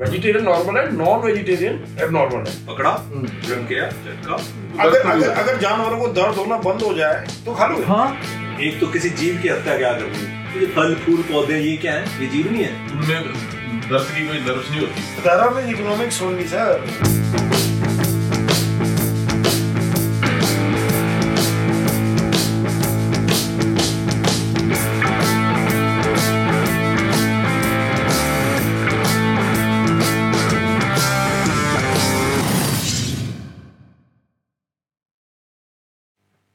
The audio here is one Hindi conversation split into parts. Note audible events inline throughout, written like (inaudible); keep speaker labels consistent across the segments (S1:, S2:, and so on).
S1: वेजिटेरियन नॉर्मल है नॉन वेजिटेरियन एबनॉर्मल है
S2: पकड़ा
S3: हम्म।
S2: जम गया झटका
S1: अगर अगर अगर जानवरों को दर्द होना बंद हो जाए तो खा लो
S3: हाँ
S2: एक तो किसी जीव की हत्या क्या कर रही है? ये फल फूल पौधे ये क्या है ये जीव नहीं है
S4: उनमें दर्द की कोई नर्वस नहीं होती
S1: दरअसल में इकोनॉमिक्स होंगी sir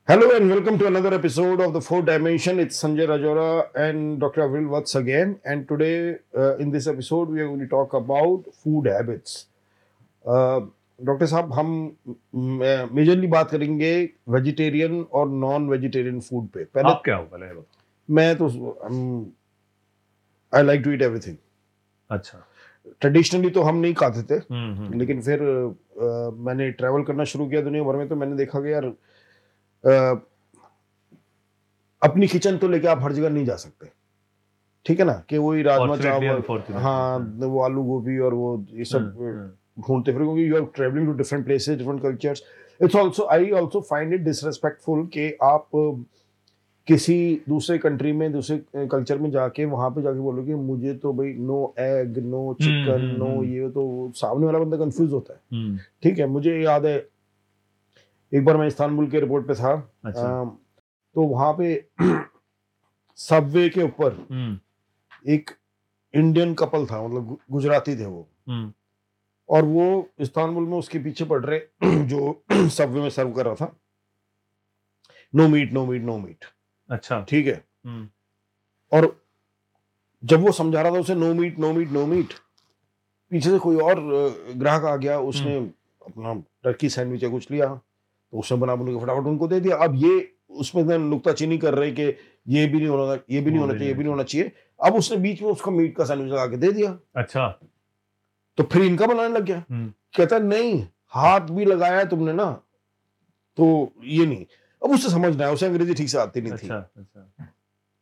S5: Hello and welcome to another episode of the Four Dimension. It's Sanjay Rajora and Dr. Avril Watts again. And today, uh, in this episode, we are going to talk about food habits. Doctor साहब हम मेजरली बात करेंगे वेजिटेरियन और नॉन वेजिटेरियन फूड पे पहले
S3: आप क्या हो पहले ये बताओ।
S5: मैं तो I like to eat everything
S3: अच्छा
S5: ट्रेडिशनली तो हम नहीं खाते थे
S3: हम्म, हम्म।
S5: लेकिन फिर अ, मैंने ट्रैवल करना शुरू किया दुनिया भर में तो मैंने देखा कि यार अ, अपनी किचन तो लेके आप हर जगह नहीं जा सकते ठीक है ना कि वही राजमा
S3: Fortunately,
S5: चावल
S3: unfortunately।
S5: हाँ वो आलू गोभी और वो ये सब
S3: हम्म, हम्म।
S5: ढूंढते फिर क्योंकि you are travelling to different places different cultures it's also I also find it disrespectful कि आप अ, किसी दूसरे कंट्री में दूसरे कल्चर में जाके वहां पे जाके बोलोगे मुझे तो भाई नो एग नो चिकन
S3: हम्म,
S5: नो
S3: हम्म।
S5: ये तो सामने वाला बंदा कंफ्यूज होता है
S3: हम्म,
S5: ठीक है मुझे याद है एक बार मैं इस्तानबुल के एयरपोर्ट पे था
S3: अच्छा
S5: अम, तो वहां पे (clears throat) सबवे के ऊपर
S3: हम्म,
S5: एक इंडियन कपल था मतलब गु- गुजराती थे वो
S3: हम्म,
S5: और वो इस्तानबुल में उसके पीछे पड़ रहे (clears throat) जो सबवे में सर्व कर रहा था no meat no meat no meat
S3: अच्छा
S5: ठीक है
S3: हम्म।
S5: और जब वो समझा रहा था उसे no meat no meat no meat पीछे से कोई और अ, ग्राहक आ गया उसने अपना टर्की सैंडविच या कुछ लिया तो उसने बना बना के फटाफट उनको दे दिया अब ये उसमें इतना नुक्ताचीनी कर रहे कि ये भी नहीं होना ये भी नहीं
S3: वो
S5: होना
S3: भी
S5: चाहिए ये
S3: नहीं
S5: भी नहीं होना चाहिए अब उसने बीच में उसको मीट का सैंडविच लगा के दे दिया
S3: अच्छा
S5: तो फिर इनका बनाने लग गया
S3: हम्म।
S5: कहता नहीं हाथ भी लगाया तुमने ना तो ये नहीं अब उसे समझना है उसे अंग्रेजी ठीक से आती नहीं थी
S3: अच्छा अच्छा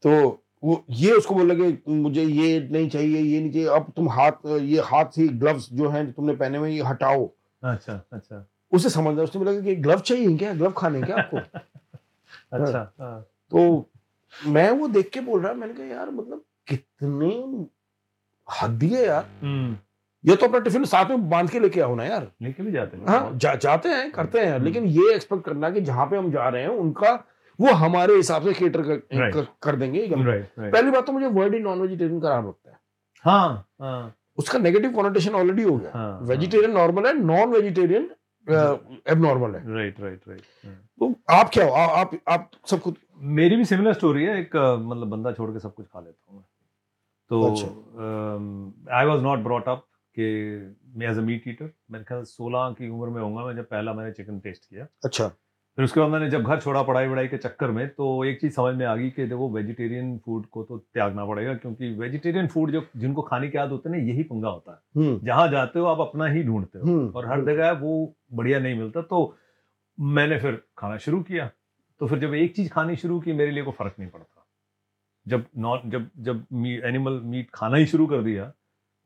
S5: तो वो ये उसको बोल लगे मुझे ये नहीं चाहिए ये नहीं चाहिए अब तुम हाथ ये हाथ से ग्लव्स जो हैं जो तुमने पहने हुए हैं, ये हटाओ
S3: अच्छा अच्छा
S5: उसे समझना उसने बोला कि ग्लव चाहिए क्या ग्लव खाने हैं क्या
S3: (laughs)
S5: आपको
S3: अच्छा हाँ,
S5: तो मैं वो देख के बोल रहा मैंने कहा यार मतलब कितने हद है यार
S3: हम्म,
S5: ये तो अपना टिफिन साथ में बांध के लेके आओ ना यार
S3: लेके भी जाते हैं
S5: हाँ जा, जाते हैं करते हैं
S3: हम्म।
S5: लेकिन ये एक्सपेक्ट करना कि जहाँ पे हम जा रहे हैं उनका वो हमारे हिसाब से केटर कर,
S3: Right.
S5: कर, कर देंगे ये गलत।
S3: राइट राइट
S5: पहली बात तो मुझे वर्ड ही नॉन वेजिटेरियन खराब लगता है
S3: हाँ हाँ
S5: उसका नेगेटिव कॉनोटेशन ऑलरेडी हो गया
S3: हाँ
S5: वेजिटेरियन नॉर्मल है नॉन वेजिटेरियन एबनॉर्मल है
S3: राइट राइट राइट
S5: हम्म। तो आप क्या हो आ, आप आप सब कुछ
S3: मेरी भी सिमिलर स्टोरी है एक अ, मतलब बंदा छोड़ के सब कुछ खा लेता हूँ मैं
S5: अच्छा।
S3: तो I was not brought up कि मैं एज अ मीट ईटर मेरे ख्याल सोलह की उम्र में होगा मैं जब पहला मैंने चिकन टेस्ट किया
S5: अच्छा
S3: फिर उसके बाद मैंने जब घर छोड़ा पढ़ाई वढ़ाई के चक्कर में तो एक चीज़ समझ में आ गई कि देखो वेजिटेरियन फूड को तो त्यागना पड़ेगा क्योंकि वेजिटेरियन फूड जो जिनको खाने की आदत होती है ना यही पंगा होता है
S5: हम्म
S3: जहाँ जाते हो आप अपना ही ढूंढते हो
S5: हम्म
S3: और हर जगह वो बढ़िया नहीं मिलता तो मैंने फिर खाना शुरू किया तो फिर जब एक चीज़ खानी शुरू की मेरे लिए कोई फ़र्क नहीं पड़ता जब नॉन जब जब मी, एनिमल मीट खाना ही शुरू कर दिया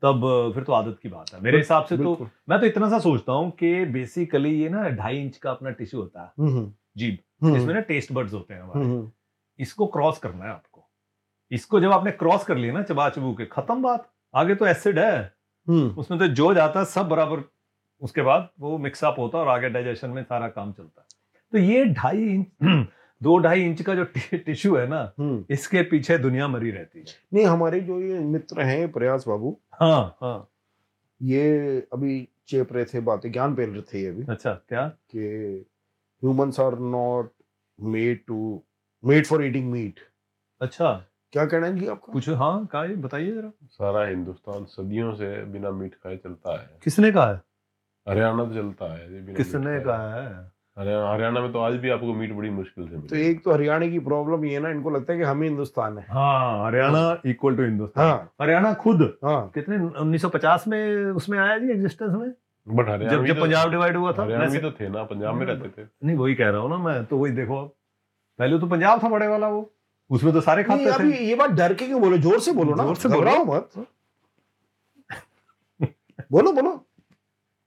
S3: तब अ, फिर तो आदत की बात है मेरे हिसाब से तो
S5: बिल्कुल।
S3: मैं तो इतना सा सोचता हूँ कि बेसिकली ये ना ढाई इंच का अपना टिश्यू होता है
S5: हम्म, हम्म,
S3: जीभ
S5: हम्म,
S3: इसमें ना टेस्ट बर्ड्स होते हैं हमारे
S5: हम्म, हम्म,
S3: इसको क्रॉस करना है आपको इसको जब आपने क्रॉस कर लिया ना चबा चबू के खत्म बात आगे तो एसिड है
S5: हम्म,
S3: उसमें तो जो जाता है सब बराबर उसके बाद वो मिक्सअप होता है और आगे डाइजेशन में सारा काम चलता है तो ये ढाई इंच (clears throat) दो ढाई इंच का जो टिश्यू है ना
S5: हम्म।
S3: इसके पीछे दुनिया मरी रहती है
S5: नहीं हमारे जो ये मित्र हैं प्रयास बाबू
S3: हाँ हाँ
S5: ये अभी चेप रहे थे बातें ज्ञान पेल रहे थे ये अभी
S3: अच्छा क्या
S5: कि humans are not made to made for eating meat
S3: अच्छा
S5: क्या कहना है जी आपका
S3: पूछो हाँ कहा ये बताइए जरा
S4: सारा हिंदुस्तान सदियों से बिना मीट खाए चलता है
S3: किसने कहा है
S4: हरियाणा तो चलता है ये बिना
S3: किसने
S4: मीट खाए।
S3: कहा है
S4: हरियाणा हरियाणा में तो आज भी आपको मीट बड़ी मुश्किल से
S5: तो
S4: मिलेगी।
S5: एक तो हरियाणा की प्रॉब्लम ये है ना इनको लगता है कि हम ही हिंदुस्तान है
S3: हाँ हरियाणा इक्वल टू हिंदुस्तान
S5: हाँ
S3: हरियाणा खुद
S5: हाँ
S3: कितने 1950 में उसमें आया जी एग्जिस्टेंस में
S4: बट हरियाणा
S3: जब
S4: भी
S3: जब
S4: तो-
S3: पंजाब डिवाइड हुआ था
S4: हरियाणा भी
S3: वैसे- हम्म।
S4: तो थे ना पंजाब में रहते थे
S3: नहीं वही कह रहा हूँ ना मैं तो वही देखो आप पहले तो पंजाब था बड़े वाला वो उसमें तो सारे
S5: नहीं
S3: खाते
S5: अभी
S3: थे
S5: ये बात डर के क्यों बोलो जोर से बोलो ना
S3: जोर से बोलो।
S5: घबराओ मत बोलो बोलो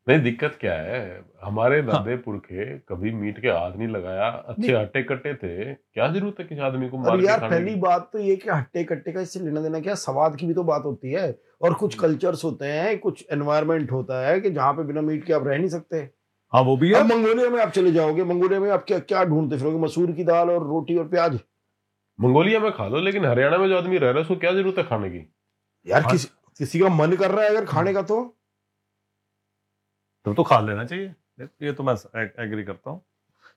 S4: नहीं दिक्कत क्या है हमारे
S3: हाँ।
S4: दादे पुरखे कभी मीट के हाथ नहीं लगाया अच्छे
S5: नहीं।
S4: हट्टे कट्टे थे क्या जरूरत है किसी आदमी को मार
S5: और
S4: के
S5: यार
S4: खाने
S5: पहली
S4: की?
S5: बात तो ये कि हट्टे कट्टे का इससे लेना देना क्या स्वाद की भी तो बात होती है और कुछ
S3: हम्म।
S5: कल्चर्स होते हैं कुछ एनवायरमेंट होता है कि जहाँ पे बिना मीट के आप रह नहीं सकते
S3: हाँ वो भी है
S5: अब मंगोलिया में आप चले जाओगे मंगोलिया में आप क्या क्या ढूंढते फिरोगे मसूर की दाल और रोटी और प्याज
S4: मंगोलिया में खा लो लेकिन हरियाणा में जो आदमी रह रहा है उसको क्या जरूरत है खाने की
S5: यार
S3: हाँ। हम्म।
S5: किस, किसी का मन कर रहा है अगर खाने का तो
S3: तब तो खा लेना चाहिए ये तो मैं एग्री करता हूँ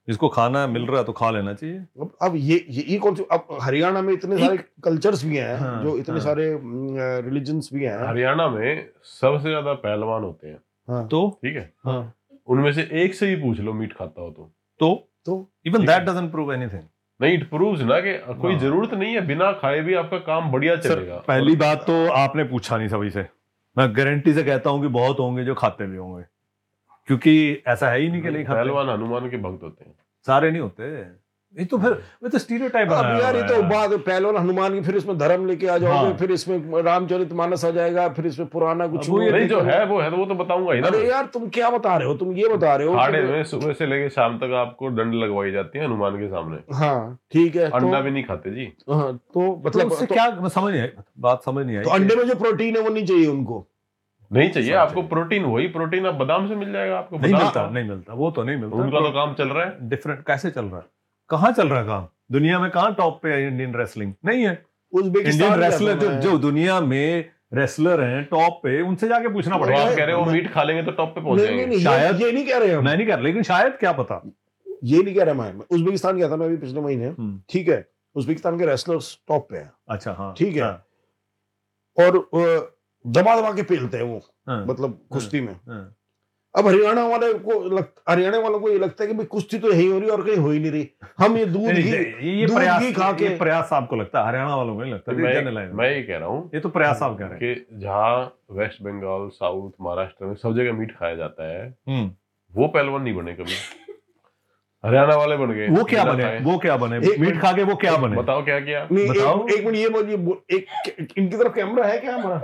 S3: जिसको खाना मिल रहा है तो खा लेना चाहिए
S5: अब अब ये ये, ये कौन सी अब हरियाणा में इतने सारे कल्चर्स भी हैं
S3: हाँ,
S5: जो इतने
S3: हाँ।
S5: सारे रिलीजन्स भी हैं
S4: हरियाणा में सबसे ज्यादा पहलवान होते हैं
S3: तो
S4: ठीक है
S5: हाँ।
S4: उनमें से एक से ही पूछ लो मीट खाता हो तो
S3: तो
S5: तो
S3: इवन
S4: ठीक है।
S3: दैट डजंट प्रूव एनीथिंग
S4: नहीं इट प्रूव्स ना कि कोई
S3: हाँ।
S4: जरूरत नहीं है बिना खाए भी आपका काम बढ़िया
S3: सर
S4: चलेगा
S3: पहली बात तो आपने पूछा नहीं सभी से मैं गारंटी से कहता हूँ कि बहुत होंगे जो खाते भी होंगे क्योंकि ऐसा है ही नहीं कि नहीं खाते
S4: पहलवान हनुमान के भक्त होते हैं
S3: सारे नहीं होते ये तो फिर ये तो स्टीरियोटाइप
S5: अब हाँ। यार ये तो बात है, पहलवान हनुमान की फिर इसमें धर्म लेके आ जाओगे
S3: हाँ।
S5: फिर इसमें रामचरित मानस आ जाएगा फिर इसमें पुराना कुछ
S3: अब वो ये
S5: और-
S4: नहीं जो है वो है तो वो तो बताऊंगा ही ना
S5: अरे
S4: मैं।
S5: यार तुम क्या बता रहे हो तुम ये बता रहे हो
S4: खाड़े
S5: कि-
S4: में सुबह से लेके शाम तक आपको दंड लगवाई जाती है हनुमान के सामने
S3: तो-
S5: हाँ ठीक है
S4: अंडा
S5: तो,
S4: भी नहीं खाते जी
S5: हाँ, तो
S3: मतलब
S5: मतलब
S3: उससे
S5: तो-
S3: क्या मैं समझ नहीं आई बात समझ नहीं आई
S5: तो अंडे में जो प्रोटीन है वो नहीं चाहिए उनको
S4: नहीं चाहिए
S3: समझ
S4: आपको
S3: गए।
S4: प्रोटीन वही प्रोटीन आप बादाम से मिल जाएगा आपको
S3: नहीं
S4: बादाम-
S3: मिलता नहीं मिलता वो तो नहीं
S4: उनका तो
S3: मिलता
S4: काम चल रहा है
S3: डिफरेंट कैसे चल रहा है कहाँ चल रहा है काम दुनिया में कहाँ टॉप पे है इंडियन रेसलिंग नहीं है इंडियन
S5: उज्बेकिस्तान
S3: रेसलर जो,
S5: जाना है।
S3: जो दुनिया में रेसलर हैं टॉप पे उनसे जाके पूछना
S4: तो
S3: पड़ेगा
S4: आप कह रहे हो
S5: मैं-
S4: मीट खा लेंगे तो टॉप पे पहुंच
S5: नहीं नहीं
S4: जाएंगे
S5: नहीं
S3: शायद-
S5: शायद ये नहीं कह रहे हम
S3: मैं नहीं कर लेकिन शायद क्या पता
S5: ये नहीं कह रहे मैं मैं उज्बेकिस्तान गया था मैं अभी पिछले महीने
S3: हम्म।
S5: ठीक है उज्बेकिस्तान के रेसलर्स टॉप पे हैं
S3: अच्छा हाँ
S5: ठीक है।
S3: हाँ,
S5: और अ, दबा दबा के पेलते हैं वो
S3: हाँ,
S5: मतलब कुश्ती में
S3: हाँ।
S5: अब हरियाणा वाले को लग, हरियाणा वालों को ये लगता है कि भाई कुश्ती तो यही हो रही है और कहीं हो ही नहीं रही हम ये दूध
S3: नहीं,
S5: ही
S3: नहीं, ये ये
S5: दूध
S3: प्रयास
S5: घी खा
S3: ये
S5: के-
S3: प्रयास आपको लगता है हरियाणा वालों को नहीं लगता ये general है।
S4: मैं मैं ये कह रहा हूँ
S3: ये तो प्रयास
S5: हाँ।
S3: आप कह रहे
S4: कि जहाँ वेस्ट बंगाल साउथ महाराष्ट्र में सब जगह मीट खाया जाता है
S3: हैं हम्म।
S4: वो पहलवान नहीं बने कभी हरियाणा वाले बन गए
S3: वो क्या
S4: बिना
S3: बने
S4: खाए।
S3: वो क्या बने
S5: एक
S3: मीट खा के वो क्या बने
S4: बताओ क्या किया आप?
S5: नहीं,
S3: बताओ।
S5: एक, एक मिनट ये बोल- ये बोल- एक इनकी तरफ कैमरा है क्या हमारा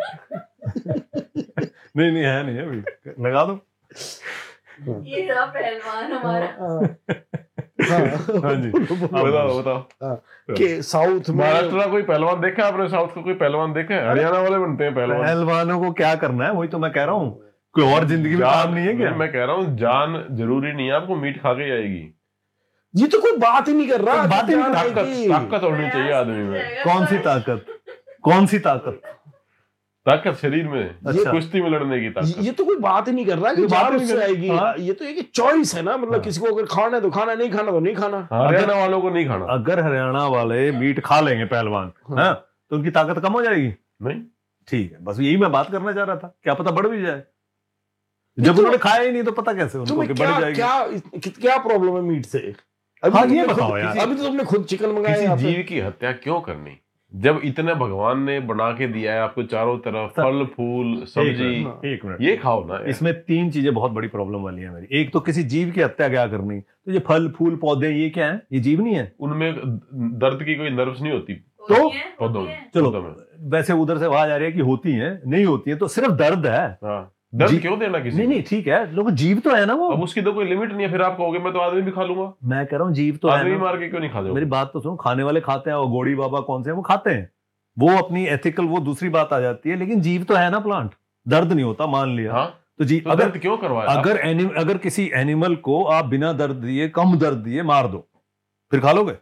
S3: नहीं नहीं है नहीं है अभी। लगा दो
S6: ये रहा पहलवान हमारा
S3: हाँ
S5: हाँ
S3: जी।
S5: बोलो,
S4: बताओ
S5: बोलो।
S4: बताओ
S5: कि साउथ में
S4: महाराष्ट्र का कोई पहलवान देखा है आपने साउथ का कोई पहलवान देखा है हरियाणा वाले बनते हैं पहलवान
S3: पहलवानों को क्या करना है वही तो मैं कह रहा हूँ कोई और जिंदगी में काम नहीं है क्या
S4: मैं कह रहा हूँ जान जरूरी नहीं है आपको मीट खा के ही आएगी
S5: ये तो कोई बात ही नहीं कर रहा
S3: कोई बात ही नहीं
S5: जान
S4: ताकत
S5: आएगी।
S4: ताकत होनी चाहिए आदमी में
S3: कौन सी ताकत कौन सी ताकत
S4: ताकत शरीर में
S3: अच्छा।
S4: कुश्ती में लड़ने की
S5: ये
S4: ताकत
S5: ये तो कोई बात ही नहीं कर रहा कि
S3: कोई बात
S5: जान
S3: ही नहीं
S5: उससे
S3: कर-
S5: आएगी
S3: हाँ।
S5: ये तो एक चॉइस है ना मतलब
S3: हाँ।
S5: किसी को अगर खाना है तो खाना है, नहीं खाना तो नहीं खाना
S4: हरियाणा वालों को नहीं खाना
S3: अगर हरियाणा वाले मीट खा लेंगे पहलवान
S5: हाँ।
S3: हाँ तो उनकी ताकत कम हो जाएगी
S4: नहीं
S3: ठीक है बस यही मैं बात करना चाह रहा था क्या पता बढ़ भी जाए
S5: ये
S3: जब
S5: तो-
S3: उन्होंने खाया ही नहीं तो पता कैसे उनको
S5: तुम्हें
S3: कि
S5: क्या
S3: बढ़ जाएगी
S5: क्या इस- क्या प्रॉब्लम है मीट से अभी
S3: हाँ,
S5: तो
S3: ये
S5: तुमने
S3: बताओ
S5: खुद-
S3: यार।
S5: अभी तो तुमने खुद चिकन मंगाया
S4: किसी
S5: यहाँ पे।
S4: जीव की हत्या क्यों करनी जब इतना भगवान ने बना के दिया है आपको चारों तरफ
S3: सर,
S4: फल फूल सब्जी
S5: हाँ।
S3: एक मिनट
S4: ये खाओ ना
S3: इसमें तीन चीजें बहुत बड़ी प्रॉब्लम वाली है मेरी एक तो किसी जीव की हत्या क्या करनी तो ये फल फूल पौधे ये क्या है ये जीव नहीं है
S4: उनमें दर्द की कोई नर्व्स नहीं होती
S6: तो
S4: पौधों में
S3: चलो
S4: पौधों में।
S3: वैसे उधर से आवाज आ रही है कि होती है नहीं होती है तो सिर्फ दर्द है
S4: हाँ दर्द
S3: जी-
S4: क्यों देना किसी
S3: नहीं
S4: को?
S3: नहीं ठीक है लोग जीव तो है ना वो
S4: अब उसकी तो कोई लिमिट नहीं है फिर आप कहोगे मैं तो आदमी भी खा लूंगा
S3: मैं कह रहा हूँ जीव तो है
S4: आदमी
S3: ना।
S4: मार के क्यों नहीं खा
S3: मेरी
S4: जाओगे
S3: बात तो सुनो खाने वाले खाते हैं और गोड़ी बाबा कौन से हैं वो खाते हैं वो अपनी एथिकल वो दूसरी बात आ जाती है लेकिन जीव तो है ना प्लांट दर्द नहीं होता मान लिया
S4: हाँ
S3: तो जी
S4: तो
S3: अगर
S4: दर्द क्यों करवाया
S3: अगर एनि- अगर किसी एनिमल को आप बिना दर्द दिए कम दर्द दिए मार दो फिर खा लोगे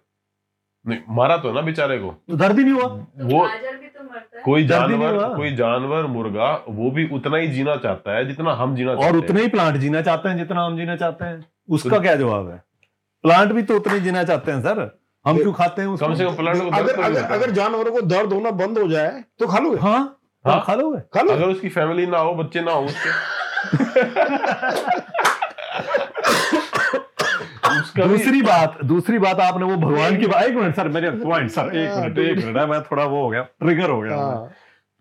S4: नहीं मारा तो है ना बेचारे को
S3: तो दर्द ही नहीं हुआ
S4: वो
S6: गाजर भी तो मरता है
S4: कोई
S3: दर्द ही नहीं
S4: जानवर
S3: हुआ।
S4: कोई जानवर मुर्गा वो भी उतना ही जीना चाहता है जितना हम जीना
S3: और
S4: चाहते हैं। तो-
S3: उतने ही प्लांट जीना चाहते हैं जितना हम जीना चाहते हैं उसका क्या जवाब है प्लांट भी तो उतने ही जीना चाहते हैं सर हम क्यों खाते हैं उसको
S4: तो कम से कम प्लांट को दर्द
S5: अगर
S4: तो नहीं
S5: अगर
S4: होता।
S5: अगर जानवरों को दर्द होना बंद हो जाए तो खा लोगे
S3: हाँ
S4: हाँ?
S3: हाँ खा लोगे
S5: खा लोगे
S4: अगर उसकी फैमिली ना हो बच्चे ना हो उसके उसका भी-
S3: दूसरी बात दूसरी बात आपने वो भगवान की बात एक मिनट सर मेरे पॉइंट सर एक मिनट एक मिनट है, मैं थोड़ा वो हो गया ट्रिगर हो गया मैं।
S5: हाँ।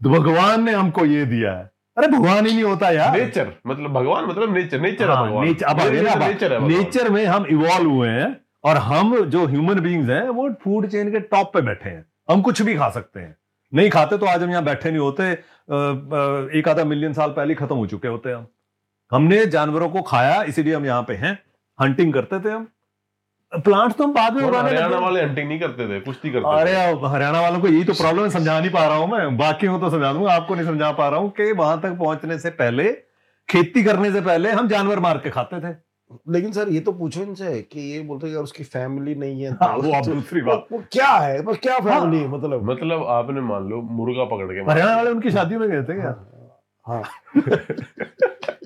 S3: तो भगवान ने हमको ये दिया है अरे भगवान ही नहीं होता यार
S4: नेचर मतलब भगवान मतलब नेचर नेचर है
S3: हाँ,
S4: भगवान
S3: नेचर- अब आ गया ना बात।
S4: नेचर है भगवान।
S3: नेचर में हम इवॉल्व हुए हैं और हम जो ह्यूमन बींग्स हैं वो फूड चेन के टॉप पे बैठे हैं हम कुछ भी खा सकते हैं नहीं खाते तो आज हम यहाँ बैठे नहीं होते अ, अ, एक आधा मिलियन साल पहले ही खत्म हो चुके होते हम हमने जानवरों को खाया इसीलिए हम यहाँ पे हैं हंटिंग करते थे हम प्लांट्स तो हम बाद में
S4: और
S3: उगाने लगे।
S4: हरियाणा वाले हंटिंग नहीं करते थे कुश्ती करते
S3: अरे
S4: थे
S3: अब हरियाणा वालों को यही तो प्रॉब्लम है समझा नहीं पा रहा हूँ मैं बाकी हूँ तो समझा दूंगा आपको नहीं समझा पा रहा हूँ कि वहां तक पहुंचने से पहले खेती करने से पहले हम जानवर मार के खाते थे
S5: लेकिन सर ये तो पूछो इनसे कि ये बोलते हैं यार उसकी फैमिली नहीं है
S3: हाँ,
S5: (laughs) तो-
S3: वो आप
S5: तो-
S3: दूसरी
S5: वो
S3: बात
S5: वो क्या है पर क्या
S4: हाँ।
S5: फैमिली है मतलब
S4: मतलब आपने मान लो मुर्गा पकड़ के
S3: हरियाणा वाले उनकी शादी में गए थे क्या हाँ।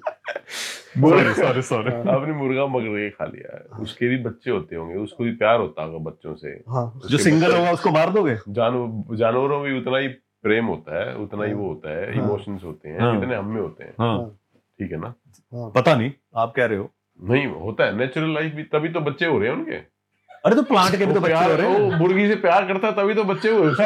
S4: सॉरी सॉरी सॉरी
S5: हाँ।
S4: आपने मुर्गा पकड़ के खा लिया है उसके भी बच्चे होते होंगे उसको भी प्यार होता होगा बच्चों से
S5: हाँ
S3: जो
S4: उसके
S3: सिंगल
S4: बच्चे-
S3: होगा उसको मार दोगे
S4: जानवर जानवरों में भी उतना ही प्रेम होता है उतना ही वो होता है
S5: हाँ।
S4: इमोशंस होते हैं
S3: हाँ।
S4: जितने हम में होते हैं
S3: हाँ
S4: ठीक है ना
S5: हाँ
S3: पता नहीं आप कह रहे हो
S4: नहीं होता है नेचुरल लाइफ भी तभी तो बच्चे हो रहे हैं उनके
S3: अरे तो प्लांट के भी
S4: वो
S3: तो बच्चे
S4: प्यार-
S3: हो रहे हैं
S4: वो मुर्गी से प्यार करता है, तभी तो बच्चे हुए उसके।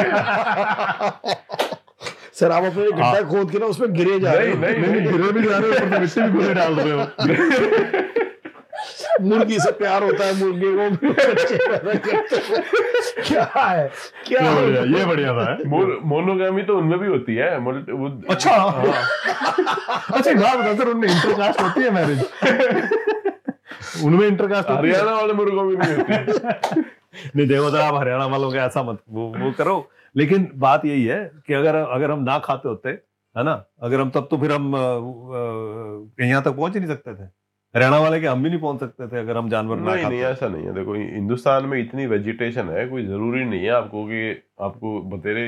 S5: सर आप अपने गड्ढा खोद के ना उसमें गिरे जा रहे
S4: हाँ। नहीं, नहीं,
S5: हो
S4: नहीं।
S3: गिरे भी जा रहे हो ऊपर से मिट्टी भी गोली डाल रहे हो
S5: मुर्गी से प्यार होता है मुर्गी को
S4: (laughs)
S5: भी बच्चे पैदा करते हैं। क्या है क्या
S3: ये
S5: है?
S3: बढ़िया ये बढ़िया था है।
S4: मोर- मोनोगामी तो उनमें भी होती है मोल- वो
S3: अच्छा अच्छा एक बात बता सर उनमें इंटरकास्ट होती है मैरिज उनमें इंटरकास्ट होती है
S4: हरियाणा वाले मुर्गों में भी होती है
S3: नहीं देखो जरा आप हरियाणा वालों के ऐसा मत वो वो करो लेकिन बात यही है कि अगर अगर हम ना खाते होते है ना अगर हम तब तो फिर हम अ, अ, यहाँ तक पहुंच ही नहीं सकते थे हरियाणा वाले के हम भी नहीं पहुंच सकते थे अगर हम जानवर ना
S4: नहीं नहीं
S3: खाते
S4: ऐसा नहीं है देखो हिंदुस्तान में इतनी वेजिटेशन है कोई जरूरी नहीं है आपको कि आपको बतेरे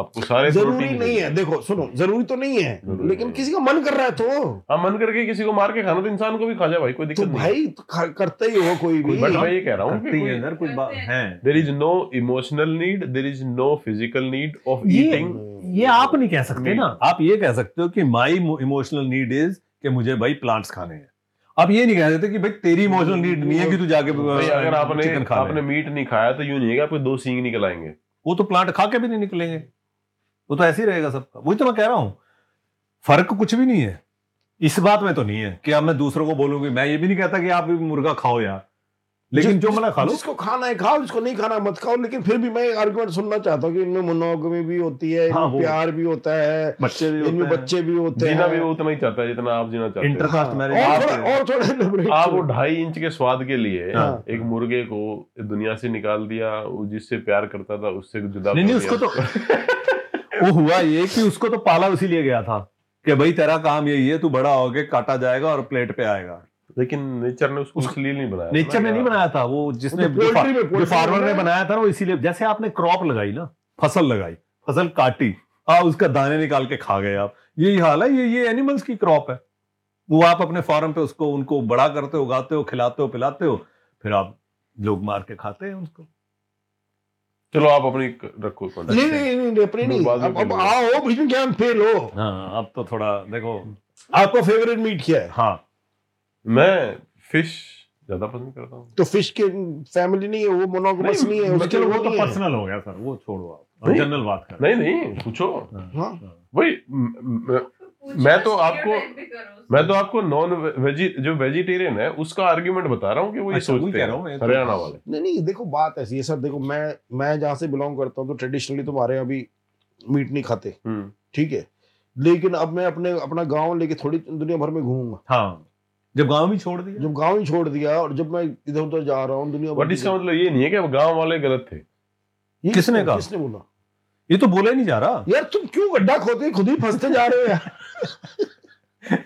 S4: आपको सारे
S5: जरूरी
S4: protein
S5: नहीं है देखो सुनो जरूरी तो नहीं है
S4: तो जरूरी
S5: लेकिन
S4: नहीं है।
S5: किसी का मन कर रहा है तो
S4: हाँ मन करके किसी को मार के खाना तो इंसान को भी खा जाए भाई कोई
S5: तो
S4: दिक्कत नहीं
S5: भाई तो खा- करते ही हो कोई भी
S4: बट मैं ये कह रहा
S3: करती है
S4: हूँ
S3: यार कोई बात है
S4: there is no emotional need there is no physical need of
S3: ये-
S4: ईटिंग
S3: ये आप नहीं कह सकते ना आप ये कह सकते हो कि माई इमोशनल नीड इज कि मुझे भाई प्लांट्स खाने हैं आप ये नहीं कह सकते कि भाई तेरी इमोशनल नीड नहीं है कि तू जाके
S4: तो अगर आपने
S3: चिकन खा ले।
S4: आपने मीट नहीं खाया तो यूं नहीं है कि आपको दो सींग निकलाएंगे
S3: वो तो प्लांट खा के भी नहीं निकलेंगे वो तो ऐसे ही रहेगा सबका वही तो मैं कह रहा हूँ फर्क कुछ भी नहीं है इस बात में तो नहीं है कि अब मैं दूसरों को बोलूंगी मैं ये भी नहीं कहता कि आप भी मुर्गा खाओ यार लेकिन
S5: जिस-
S3: जो मना खा लो
S5: जिसको खाना है खाओ जिसको नहीं खाना है मत खाओ लेकिन फिर भी मैं आर्गुमेंट सुनना चाहता हूँ कि इनमें मोनोगमी भी होती है
S3: हाँ,
S5: इनमें
S3: वो-
S5: प्यार भी होता है
S3: बच्चे भी
S5: इनमें बच्चे भी होते
S4: जीना भी
S5: हैं
S4: वो उतना ही चाहता है जितना आप जीना चाहते हो
S3: इंटरकास्ट
S5: और
S3: मैरिज
S5: थोड़ा और थोड़ा elaborate
S4: आप वो
S5: करो।
S4: ढाई इंच के स्वाद के लिए
S5: हाँ।
S4: एक मुर्गे को दुनिया से निकाल दिया वो जिससे प्यार करता था उससे जुदा
S3: नहीं
S4: कर
S3: नहीं
S4: दिया।
S3: उसको
S5: (laughs)
S3: तो वो हुआ ये कि उसको तो पाला उसी लिए गया था कि भाई तेरा काम यही है तू बड़ा होके काटा जाएगा और प्लेट पे आएगा
S4: लेकिन नेचर ने उसको इसलिए नहीं बनाया
S3: तो- नेचर ने नहीं बनाया था वो जिसने
S5: वो तो
S3: जो फा-
S5: poultry में-
S3: जो
S5: poultry
S3: फार्मर
S5: में
S3: ने बनाया था ना वो इसीलिए जैसे आपने क्रॉप लगाई ना फसल लगाई फसल काटी आप उसका दाने निकाल के खा गए आप यही हाल है ये ये एनिमल्स की क्रॉप है वो आप अपने फार्म पे उसको उनको बड़ा करते हो उगाते हो खिलाते हो पिलाते हो फिर आप लोग मार के खाते हैं उनको
S4: चलो आप अपनी क- रखो contact।
S5: नहीं नहीं नहीं नहीं, अपनी
S4: मैं
S5: नहीं
S4: बाद में
S5: अब अब
S4: खेलूंगा।
S5: आओ बिजनेस ज्ञान फेल हो
S3: हाँ अब तो थोड़ा देखो
S5: आपका फेवरेट मीट क्या है
S3: हाँ
S4: मैं फिश ज्यादा पसंद करता हूँ
S5: तो फिश के फैमिली नहीं है वो मोनोगमस नहीं है उसके
S3: चलो वो तो
S5: नहीं है।
S3: पर्सनल हो गया सर वो छोड़ो आप
S4: नहीं।
S3: जनरल बात कर
S4: नहीं नहीं पूछो
S5: हाँ
S4: वही म- म-
S6: पूछो,
S4: मैं तो
S6: stereotype
S4: आपको-
S6: भी करो उसको।
S4: मैं तो आपको नॉन वेजी जो वेजिटेरियन है उसका आर्ग्यूमेंट बता रहा हूँ कि वो ये
S3: अच्छा, वही
S4: सोचते
S3: कह रहा हूँ
S4: हैं
S3: मैं तो।
S4: हरियाणा वाले
S5: नहीं नहीं देखो बात ऐसी है सर देखो मैं मैं जहाँ से बिलोंग करता हूँ तो ट्रेडिशनली तुम्हारे यहाँ भी मीट नहीं खाते
S4: हम्म,
S5: ठीक है लेकिन अब मैं अपने अपना गांव लेके थोड़ी दुनिया भर में घूमूंगा
S3: हाँ जब गांव भी छोड़ दिया
S5: जब गांव ही छोड़ दिया और जब मैं इधर उधर जा रहा हूँ दुनिया
S4: बट
S5: की-
S4: इसका मतलब ये नहीं है कि अब गांव वाले गलत थे
S5: ये
S3: किसने कहा?
S5: किसने बोला
S3: ये तो बोला ही नहीं जा रहा
S5: यार तुम क्यों गड्ढा खोद के खुद ही फंसते जा रहे हो
S3: (laughs)
S5: यार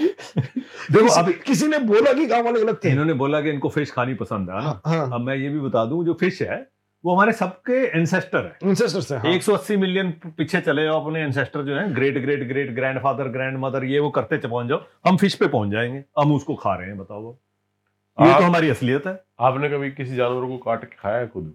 S3: देखो
S5: किसी,
S3: अब
S5: किसी ने बोला कि गांव वाले गलत थे
S3: इन्होंने बोला कि इनको फिश खानी पसंद है ना
S5: हाँ
S3: अब मैं ये भी बता दूं जो फिश है वो हमारे सबके एंसेस्टर है
S5: इंसेस्टर से हाँ
S3: 180 मिलियन पीछे चले जाओ अपने एंसेस्टर जो है great great great grandfather grandmother ये वो करते पहुंच जाओ हम फिश पे पहुंच जाएंगे हम उसको खा रहे हैं बताओ वो ये
S4: आप-
S3: तो हमारी असलियत है
S4: आपने कभी किसी जानवर को काट के खाया है खुद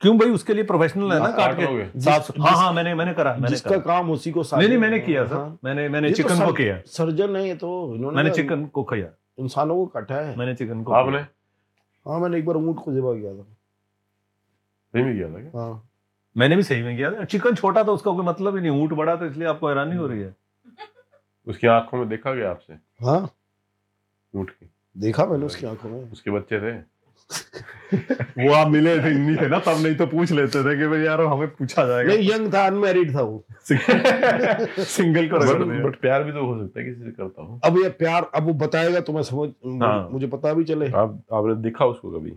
S3: क्यों भाई उसके लिए प्रोफेशनल है ना काट के
S4: लोगे
S3: साफ
S5: जिस-
S3: हाँ हाँ मैंने मैंने करा मैंने
S5: जिसका
S3: करा
S5: काम उसी को साथ
S3: नहीं नहीं मैंने किया
S5: हाँ।
S3: सर मैंने मैंने
S5: ये तो
S3: चिकन को
S5: सब-
S3: किया
S5: सर्जन है ये तो इन्होंने
S3: मैंने
S5: ना
S3: चिकन को खाया
S5: इंसानों को काटा है
S3: मैंने चिकन को
S4: आपने
S3: खाया।
S5: हाँ मैंने एक बार ऊंट को जिबा किया था
S4: नहीं भी किया था क्या
S5: हाँ
S3: मैंने भी सही में किया था चिकन छोटा था उसका कोई मतलब ही नहीं ऊंट बड़ा तो इसलिए आपको हैरानी हो रही है
S4: उसकी आंखों में देखा गया आपसे
S5: हाँ
S4: ऊँट की
S5: देखा मैंने उसकी आंखों में
S3: (laughs)
S4: उसके बच्चे थे वो आप मिले थे नहीं थे ना तब नहीं तो पूछ लेते थे कि भाई यार हमें पूछा जाएगा
S5: नहीं यंग था अनमेरिड था वो
S4: सिंगल
S3: को रगड़
S4: बट,
S3: दिया।
S4: बट प्यार भी तो हो सकता है किसी से करता हूँ
S5: अब ये प्यार अब वो बताएगा तो मैं समझ
S4: हाँ।
S5: मुझे पता भी चले
S4: आप आपने देखा उसको कभी कि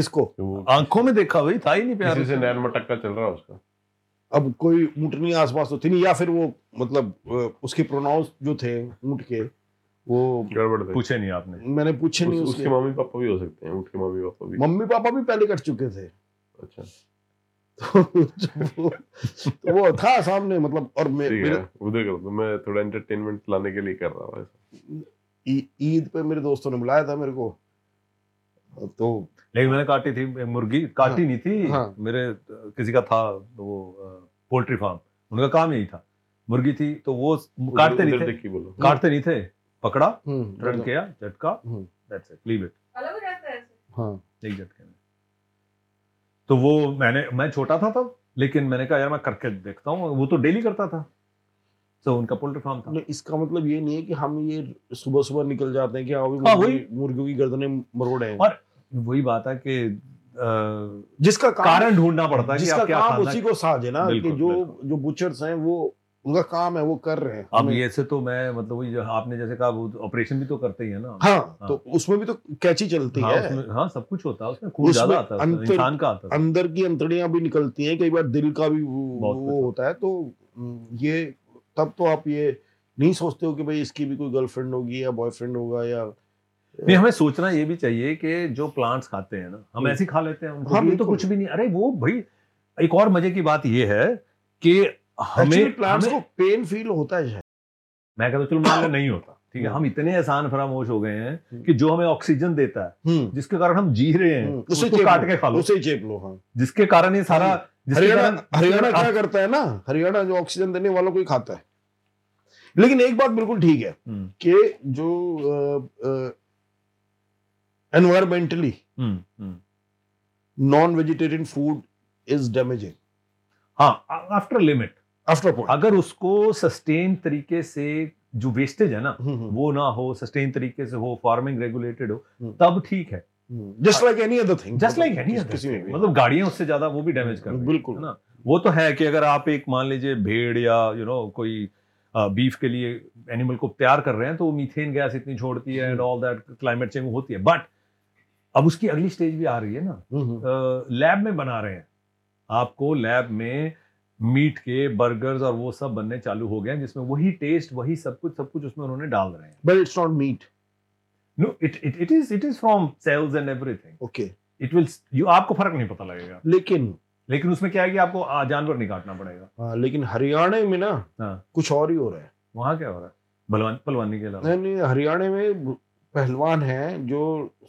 S5: किसको
S4: वो
S3: आंखों में देखा भाई था ही नहीं प्यार
S4: किसी से नैन मटक्का चल रहा है उसका
S5: अब कोई ऊँटनी आसपास तो थी नहीं या फिर वो मतलब अ, उसके प्रोनाउंस जो थे ऊँट के वो
S4: गड़बड़ थे
S3: पूछे नहीं आपने
S5: मैंने पूछे नहीं
S4: उस, उसके
S5: उसके
S4: मम्मी पापा भी हो सकते हैं उसके मम्मी पापा भी
S5: मम्मी पापा भी पहले कट चुके थे (laughs)
S4: अच्छा
S5: तो वो- तो वो था सामने मतलब और मे-
S4: ठीक है
S5: मेरे
S4: उधर कर दो तो मैं थोड़ा एंटरटेनमेंट लाने के लिए कर रहा हूँ ऐसा।
S5: ई- ईद पे मेरे दोस्तों ने बुलाया था मेरे को तो
S3: लेकिन मैंने काटी थी मुर्गी काटी नहीं थी
S5: हाँ।
S3: मेरे अ, किसी का था वो पोल्ट्री फार्म उनका काम यही था मुर्गी थी तो वो
S4: उधर-
S3: काटते नहीं
S4: उधर
S3: थे
S4: देखिए बोलो
S3: काटते नहीं थे पकड़ा
S5: हम्म,
S3: रन किया झटका
S5: हम्म।
S3: दैट्स इट लीव इट
S6: अलग हो जाता है ऐसे।
S5: हाँ
S3: एक झटके में तो वो मैंने मैं छोटा था तब लेकिन मैंने कहा यार मैं करके देखता हूँ वो तो डेली करता था तो उनका पोल्ट्री फार्म था
S5: नहीं, इसका मतलब ये नहीं है कि हम ये सुबह सुबह निकल जाते हैं कि आओ
S3: हाँ,
S5: मुर्गी मुर्गियों की गर्दनें मरोड़े हैं
S3: और- वही बात है कि अ,
S5: जिसका काम
S3: कारण ढूंढना पड़ता है कि
S5: जिसका
S3: आप क्या
S5: काम
S3: खाना
S5: उसी को साज है ना कि
S3: बिल्कुल,
S5: जो जो बुचर्स हैं वो उनका काम है वो कर रहे हैं
S3: अब
S5: हमें-
S3: ये से तो मैं मतलब वही जो आपने जैसे कहा वो ऑपरेशन भी तो करते ही है ना
S5: हाँ
S3: हाँ।
S5: तो उसमें भी तो कैची चलती
S3: हाँ,
S5: है
S3: उसमें- हाँ सब कुछ होता है उसमें खून
S5: उसमें
S3: ज्यादा आता है उसमें,
S5: अंतर-
S3: इंसान का आता है
S5: अंदर की अंतड़ियां भी निकलती हैं कई बार दिल का भी वो
S3: बहुत
S5: वो
S3: कुछ
S5: होता है तो हम्म, ये तब तो आप ये नहीं सोचते हो कि भाई इसकी भी कोई गर्लफ्रेंड होगी या बॉयफ्रेंड होगा या
S3: नहीं हमें सोचना ये भी चाहिए कि जो प्लांट्स खाते हैं ना हम
S5: हम्म।
S3: ऐसे ही खा लेते हैं उनको
S5: हाँ,
S3: ये तो
S5: बिल्कुल।
S3: कुछ भी नहीं अरे वो भाई एक और मजे की बात ये है कि हमें
S5: प्लांट्स
S3: हमें-
S5: को पेन फील होता है
S3: मैं कहता हूं, चलो मान लो नहीं होता ठीक
S5: हाँ।
S3: है हम इतने एहसान फरामोश हो गए हैं कि जो हमें ऑक्सीजन देता है
S5: हम्म,
S3: जिसके कारण हम जी रहे हैं
S5: हम्म, उसे
S3: उसको
S5: चेप
S3: काट के खा लो
S5: उसे ही चेप लो हाँ
S3: जिसके कारण ये सारा जिसके कारण
S5: हम्म।
S3: हाँ।
S5: हरियाणा हरियाणा
S3: आप-
S5: क्या करता है ना हरियाणा जो ऑक्सीजन देने वालों को ही खाता है लेकिन एक बात बिल्कुल ठीक है
S3: हम्म,
S5: कि जो environmentally
S3: hmm, hmm.
S5: Non vegetarian food is damaging
S3: हाँ आफ्टर लिमिट
S5: आफ्टर पॉइंट
S3: अगर उसको सस्टेन तरीके से जो वेस्टेज है ना Uh, वो ना हो सस्टेन तरीके से हो फार्मिंग रेगुलेटेड हो
S5: हम्म।
S3: तब ठीक है
S5: just like any other thing
S3: just like any
S5: किसी में भी
S3: मतलब गाड़ियां उससे ज्यादा वो भी डैमेज कर रही हैं,
S5: बिल्कुल।
S3: है ना वो तो है कि अगर आप एक मान लीजिए भेड़ या यू you नो know, कोई बीफ के लिए एनिमल को तैयार कर रहे हैं तो मीथेन गैस इतनी छोड़ती है and all that climate change होती है बट अब उसकी अगली स्टेज भी आ रही है ना
S5: हम्म,
S3: लैब में बना रहे हैं आपको लैब में मीट के बर्गर्स और वो सब बनने चालू हो गए हैं जिसमें वही टेस्ट वही सब कुछ सब कुछ उसमें उन्होंने डाल रहे हैं
S5: but it's not meat
S3: no it it it is it is from cells and everything
S5: okay
S3: it will you आपको फर्क नहीं पता लगेगा
S5: लेकिन
S3: लेकिन उसमें क्या है कि आपको आ, जानवर नहीं काटना पड़ेगा
S5: हाँ, लेकिन हरियाणा में ना
S3: हाँ।
S5: कुछ और ही हो रहा है
S3: वहाँ क्या हो रहा है बलवान पलवानी के अलावा
S5: नहीं नहीं हरियाणा में पहलवान हैं जो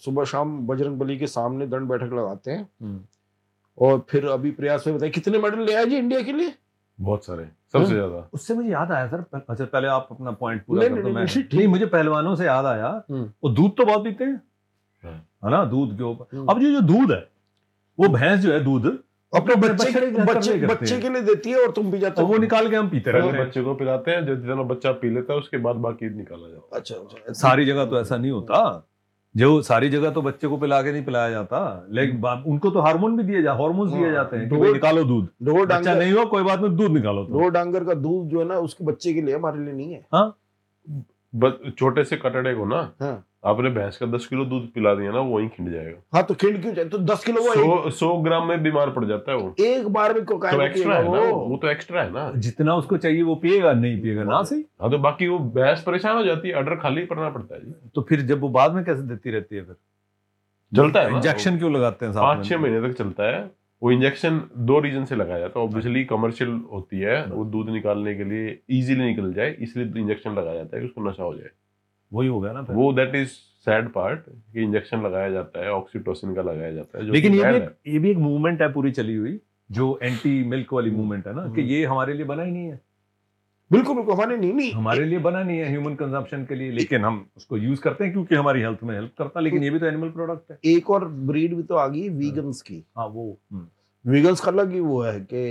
S5: सुबह शाम बजरंग बली के सामने दंड बैठक लगाते हैं
S3: हम्म।
S5: और फिर अभी प्रयास में बताए कितने मेडल ले आए जी इंडिया के लिए
S4: बहुत सारे सबसे
S3: हाँ।
S4: ज्यादा
S3: उससे मुझे याद आया सर पह- अच्छा पहले आप अपना पॉइंट पूरा
S5: नहीं,
S3: कर दो
S5: नहीं,
S3: मैं
S5: नहीं, ठीक।
S3: नहीं मुझे पहलवानों से याद आया
S5: हम्म।
S3: वो दूध तो बहुत पीते हैं
S4: हाँ।
S3: है ना दूध के ऊपर
S5: हम्म।
S3: अब जो जो दूध है वो भैंस जो है दूध तो
S5: अपने बच्चे
S3: बच्चे के-
S5: बच्चे
S3: करते हैं।
S5: बच्चे के लिए देती है और तुम भी जाते
S3: तो वो
S5: हो
S3: निकाल के हम पीते रहते
S4: पहले
S3: हैं
S4: बच्चे को पिलाते हैं जब जितना बच्चा पी लेता है उसके बाद बाकी निकाला जाता
S5: अच्छा अच्छा
S3: सारी जगह तो ऐसा नहीं होता जो सारी जगह तो बच्चे को पिला के नहीं पिलाया जाता लेकिन बा- उनको तो हार्मोन भी दिए जा हार्मोन्स दिए
S5: हम्म। हाँ,
S3: जाते हैं कि
S5: दूध-
S3: भाई निकालो दूध
S5: ढोर
S3: बच्चा
S5: डांगर
S3: नहीं हुआ कोई बात नहीं दूध निकालो तो
S5: ढोर डांगर का दूध जो है ना उसके बच्चे के लिए हमारे लिए नहीं है
S4: है बस छोटे से कटड़े को ना
S5: हाँ।
S4: आपने भैंस का दस किलो दूध पिला दिया ना वो वहीं खिंड जाएगा
S5: हाँ तो खिंड क्यों जाए तो दस किलो वो एक-
S4: सौ सौ ग्राम में बीमार पड़ जाता है वो
S5: एक बार में को
S4: तो
S5: कायम
S4: एक्स्ट्रा है ना वो वो
S5: वो
S4: तो एक्स्ट्रा है ना
S3: जितना उसको चाहिए वो पिएगा नहीं पिएगा ना सही
S4: हाँ तो बाकी वो भैंस परेशान हो जाती है अडर खाली पड़ना पड़ता है जी
S3: तो फिर जब वो बाद में कैसे देती रहती है फिर
S4: जलता है ना वो।
S3: इंजेक्शन तो क्यों लगाते हैं साथ में?
S4: पाँच छह महीने तक चलता है वो इंजेक्शन दो रीजन से लगाया जाता है ऑब्वियसली कमर्शियल होती है वो दूध निकालने के लिए इजीली निकल जाए इसलिए इंजेक्शन लगाया जाता है कि उसको नशा हो जाए
S3: वही हो गया ना फिर
S4: वो दैट इज सैड पार्ट कि इंजेक्शन लगाया जाता है ऑक्सीटोसिन का लगाया जाता है जो
S3: लेकिन
S4: कि
S3: ये भी
S4: bad
S3: एक, ये भी एक मूवमेंट है पूरी चली हुई जो एंटी मिल्क वाली मूवमेंट है ना कि
S5: हम्म।
S3: ये हमारे लिए बना ही नहीं है
S5: बिल्कुल बिल्कुल हमारे नहीं नहीं
S3: हमारे लिए बना नहीं है ह्यूमन कंजम्पशन के लिए लेकिन हम उसको यूज करते हैं क्योंकि हमारी हेल्थ में हेल्प करता है लेकिन ये भी तो एनिमल प्रोडक्ट है
S5: एक और ब्रीड भी तो आ गई वीगन्स की
S3: हाँ वो हम्म।
S5: वीगन्स का अलग ही वो है कि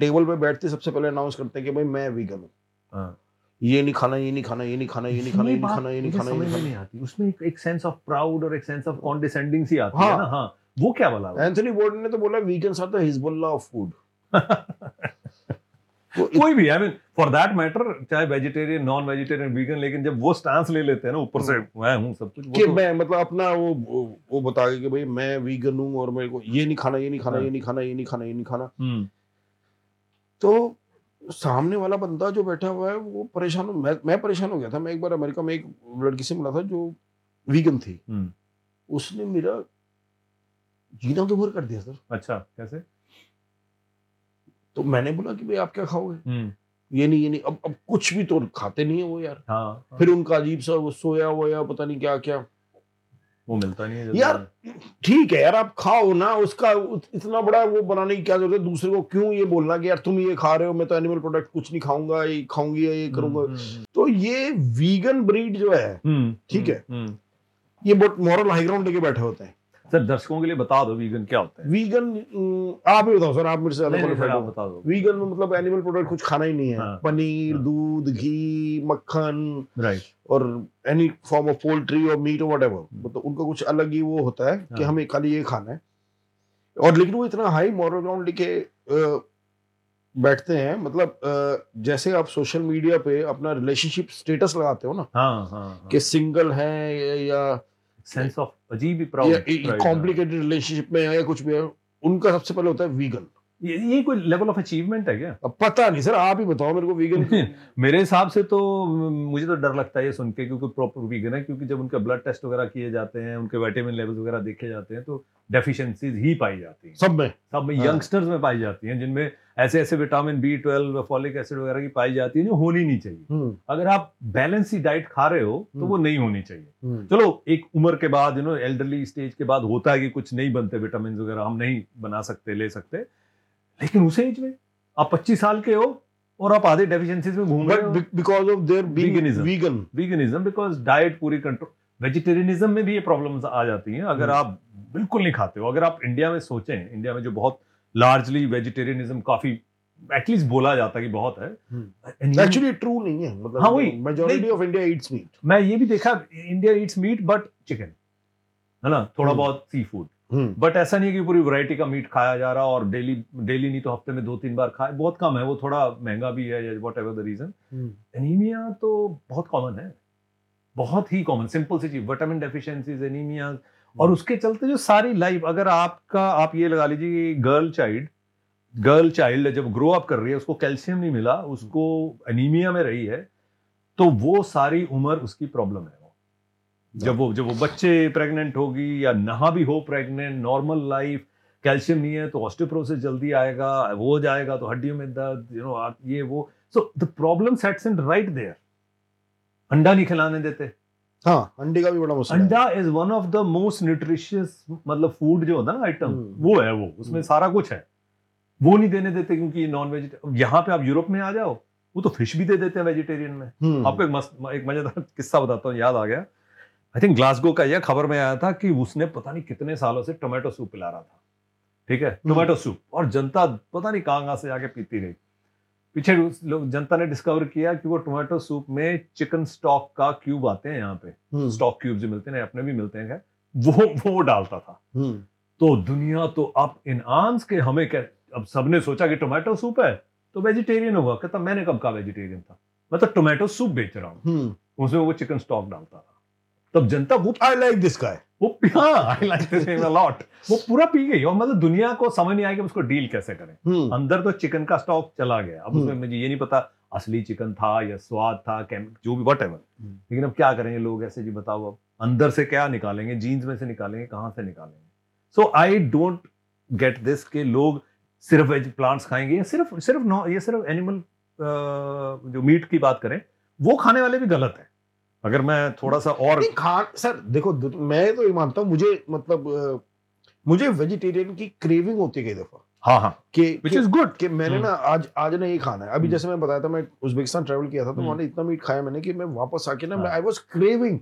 S5: टेबल पे बैठते सबसे पहले अनाउंस करते हैं कि भाई मैं वीगन हूँ
S3: हाँ।
S5: ये नहीं खाना ये नहीं खाना ये नहीं खाना ये नहीं खाना ये
S3: ये
S5: नहीं
S3: बात
S5: खाना ये नहीं
S3: मुझे
S5: खाना ये
S3: समझ
S5: नहीं
S3: में
S5: खाना
S3: नहीं आती उसमें एक, एक सेंस ऑफ प्राउड और एक सेंस ऑफ कॉन्डिसेंडिंग सी आती है
S5: हाँ।
S3: ना हाँ वो क्या वाला हुआ?
S5: एंथनी बोर्डन ने तो बोला we can sort the Hezbollah of food
S3: (laughs) कोई भी I mean for that matter चाहे वेजिटेरियन नॉन वेजिटेरियन वीगन लेकिन जब वो स्टांस ले लेते हैं ना ऊपर से मैं हूँ सब कुछ
S5: हम्म। कि
S3: वो तो,
S5: मैं मतलब अपना वो वो- वो बता के कि भाई मैं वीगन हूँ और मेरे को ये नहीं खाना ये नहीं खाना
S3: हाँ।
S5: ये नहीं खाना ये नहीं खाना ये नहीं खाना
S3: हम्म,
S5: तो सामने वाला बंदा जो बैठा हुआ है वो परेशान हो मैं मैं परेशान हो गया था मैं एक बार अमेरिका में एक लड़की से मिला था जो वीगन थी
S3: हम्म।
S5: उसने मेरा जीना दुभर कर दिया सर
S3: अच्छा कैसे
S5: तो मैंने बोला कि भाई आप क्या खाओगे
S3: हम्म,
S5: ये नहीं ये नहीं अब अब कुछ भी तो खाते नहीं है वो यार
S3: हाँ हाँ,
S5: फिर उनका अजीब सा वो सोया वोया पता नहीं क्या क्या
S3: वो मिलता नहीं है जल्दी।
S5: यार, ठीक है यार आप खाओ ना उसका उत- इतना बड़ा वो बनाने की क्या जरूरत है दूसरे को क्यों ये बोलना कि यार तुम ये खा रहे हो मैं तो एनिमल प्रोडक्ट कुछ नहीं खाऊंगा ये खाऊंगी या ये करूंगा
S3: हम्म, हम्म,
S5: तो ये वीगन ब्रीड जो है
S3: हम्म,
S5: ठीक है।
S3: हम्म, हम्म।
S5: ये बहुत मॉरल हाई ग्राउंड लेके बैठे होते हैं
S3: सर दर्शकों के लिए बता दो वीगन क्या होता है
S5: वीगन अम, हम्म, आप ही बताओ सर आप मेरे से
S3: नहीं,
S5: अलग
S3: नहीं, सर,
S5: qualified
S3: आप
S5: हो।
S3: बता दो
S5: वीगन में मतलब एनिमल प्रोडक्ट कुछ खाना ही नहीं है
S3: हाँ।
S5: पनीर
S3: हाँ।
S5: दूध घी मक्खन
S3: राइट
S5: और एनी फॉर्म ऑफ पोल्ट्री और मीट और whatever मतलब उनका कुछ अलग ही वो होता है कि
S3: Hmm. हाँ।
S5: हमें खाली ये खाना है और लेकिन वो इतना हाई मॉरल ग्राउंड लेके अ, बैठते हैं मतलब अ, जैसे आप सोशल मीडिया पे अपना रिलेशनशिप स्टेटस लगाते हो ना
S3: हाँ हाँ
S5: कि सिंगल हैं या- या
S3: सेंस ऑफ अजीब ही प्राउड
S5: कॉम्प्लिकेटेड
S3: हाँ।
S5: रिलेशनशिप में है या कुछ भी है उनका सबसे पहले होता है वीगन
S3: ये ये कोई लेवल ऑफ अचीवमेंट है क्या
S5: अब पता नहीं सर आप ही बताओ मेरे को वीगन
S3: (laughs) मेरे हिसाब से तो म, मुझे तो डर लगता है ये सुन के क्योंकि प्रॉपर वीगन है क्योंकि जब उनके ब्लड टेस्ट वगैरह किए जाते हैं उनके विटामिन लेवल्स वगैरह देखे जाते हैं तो डेफिशिएंसीज ही पाई जाती हैं
S5: सब में
S3: सब में
S5: हाँ।
S3: यंगस्टर्स में पाई जाती हैं जिनमें ऐसे ऐसे vitamin B twelve folic acid वगैरह की पाई जाती है जो होनी नहीं चाहिए
S5: हम्म,
S3: अगर आप बैलेंस ही डाइट खा रहे हो तो
S5: हम्म।
S3: वो नहीं होनी चाहिए
S5: हम्म,
S3: चलो एक उम्र के बाद यू नो एल्डरली स्टेज के बाद होता है कि कुछ नहीं बनते विटामिन वगैरह हम नहीं बना सकते ले सकते लेकिन उस एज में आप 25 साल के हो और आप आधे डेफिशिएंसीज में घूम रहे हो
S5: but because of their being
S3: Veganism.
S5: Vegan
S3: veganism because diet पूरी कंट्रोल वेजिटेरियनिज्म में भी ये प्रॉब्लम्स आ जाती हैं अगर आप बिल्कुल नहीं खाते हो अगर आप इंडिया में सोचें इंडिया में जो बहुत लार्जली वेजिटेरियनिज्म काफी एटलीस्ट बोला जाता है कि बहुत है Indian-
S5: एक्चुअली ट्रू नहीं है मतलब
S3: हाँ, वही।
S5: मेजॉरिटी
S3: नहीं।
S5: ऑफ इंडिया ईट्स मीट
S3: मैं ये भी देखा India eats meat but chicken है ना थोड़ा
S5: हम्म।
S3: बहुत सी फूड बट ऐसा नहीं है कि पूरी वैरायटी का मीट खाया जा रहा और डेली डेली नहीं तो हफ्ते में दो तीन बार खाए बहुत कम है वो थोड़ा महंगा भी है या whatever the reason anaemia तो बहुत कॉमन है बहुत ही कॉमन सिंपल सी चीज विटामिन डेफिशिएंसीज एनीमिया और उसके चलते जो सारी लाइफ अगर आपका आप ये लगा लीजिए गर्ल चाइल्ड गर्ल चाइल्ड जब ग्रो अप कर रही है उसको कैल्शियम नहीं मिला उसको एनीमिया में रही है तो वो सारी उम्र उसकी प्रॉब्लम है वो जब वो जब वो बच्चे प्रेग्नेंट होगी या नहा भी हो प्रेग्नेंट नॉर्मल लाइफ कैल्शियम नहीं है तो ऑस्टियोप्रोसिस जल्दी आएगा वो हो जाएगा तो हड्डियों में दर्द यू नो ये वो so the problem sets in right there अंडा नहीं खिलाने देते
S5: हाँ अंडे का भी बड़ा मसला है
S3: अंडा is one of the most nutritious मतलब फूड जो होता है ना आइटम
S5: हम्म।
S3: वो है वो उसमें
S5: हम्म।
S3: सारा कुछ है वो नहीं देने देते क्योंकि नॉन वेज यहाँ पे आप यूरोप में आ जाओ वो तो फिश भी दे देते हैं वेजिटेरियन में
S5: हम्म,
S3: आपको एक मस्त एक मजेदार किस्सा बताता हूँ याद आ गया आई थिंक ग्लासगो का यह खबर में आया था कि उसने पता नहीं कितने सालों से टोमेटो सूप पिला रहा था ठीक है
S5: हम्म।
S3: टोमेटो सूप और जनता पता नहीं कहाँ कहाँ से जाके पीती रही पीछे उस लोग जनता ने डिस्कवर किया कि वो टोमेटो सूप में चिकन स्टॉक का क्यूब आते हैं यहाँ पे
S5: हम्म,
S3: स्टॉक क्यूब जो मिलते हैं अपने भी मिलते हैं खैर, वो वो डालता था
S5: हम्म,
S3: तो दुनिया तो अब इन आर्म्स के हमें कह अब सबने सोचा कि टोमेटो सूप है तो वेजिटेरियन होगा कहता मैंने कब का वेजिटेरियन था मैं तो टोमेटो सूप बेच रहा हूँ
S5: हम्म।
S3: उसमें वो चिकन स्टॉक डालता था तब जनता वो
S5: I like this guy.
S3: वो (laughs) हाँ, I like this name lot वो पूरा पी गई और मतलब दुनिया को समझ नहीं आया कि उसको डील कैसे करें
S5: हम्म,
S3: (laughs) अंदर तो चिकन का स्टॉक चला गया अब उसमें मुझे ये नहीं पता असली चिकन था या स्वाद था केम- जो भी वट लेकिन अब क्या करेंगे लोग ऐसे जी बताओ अब अंदर से क्या निकालेंगे जीन्स में से निकालेंगे कहाँ से निकालेंगे so I don't get this के लोग सिर्फ वेज प्लांट्स खाएंगे या सिर्फ सिर्फ नॉ ये सिर्फ एनिमल जो मीट की बात करें वो खाने वाले भी गलत है अगर मैं थोड़ा सा और
S5: नहीं, खा- सर देखो दु- मैं तो ये मानता हूँ मुझे मतलब अ, मुझे वेजिटेरियन की क्रेविंग होती है कई दफा
S3: हाँ हाँ
S5: कि
S3: विच
S5: कि-
S3: इज गुड
S5: कि मैंने ना आज आज ना ये खाना है अभी
S3: हम्म।
S5: जैसे मैं बताया था मैं उज्बेकिस्तान ट्रैवल किया था तो
S3: हम्म।
S5: वहाँ ने इतना मीट खाया मैंने कि मैं वापस आके ना
S3: हाँ।
S5: आई वाज क्रेविंग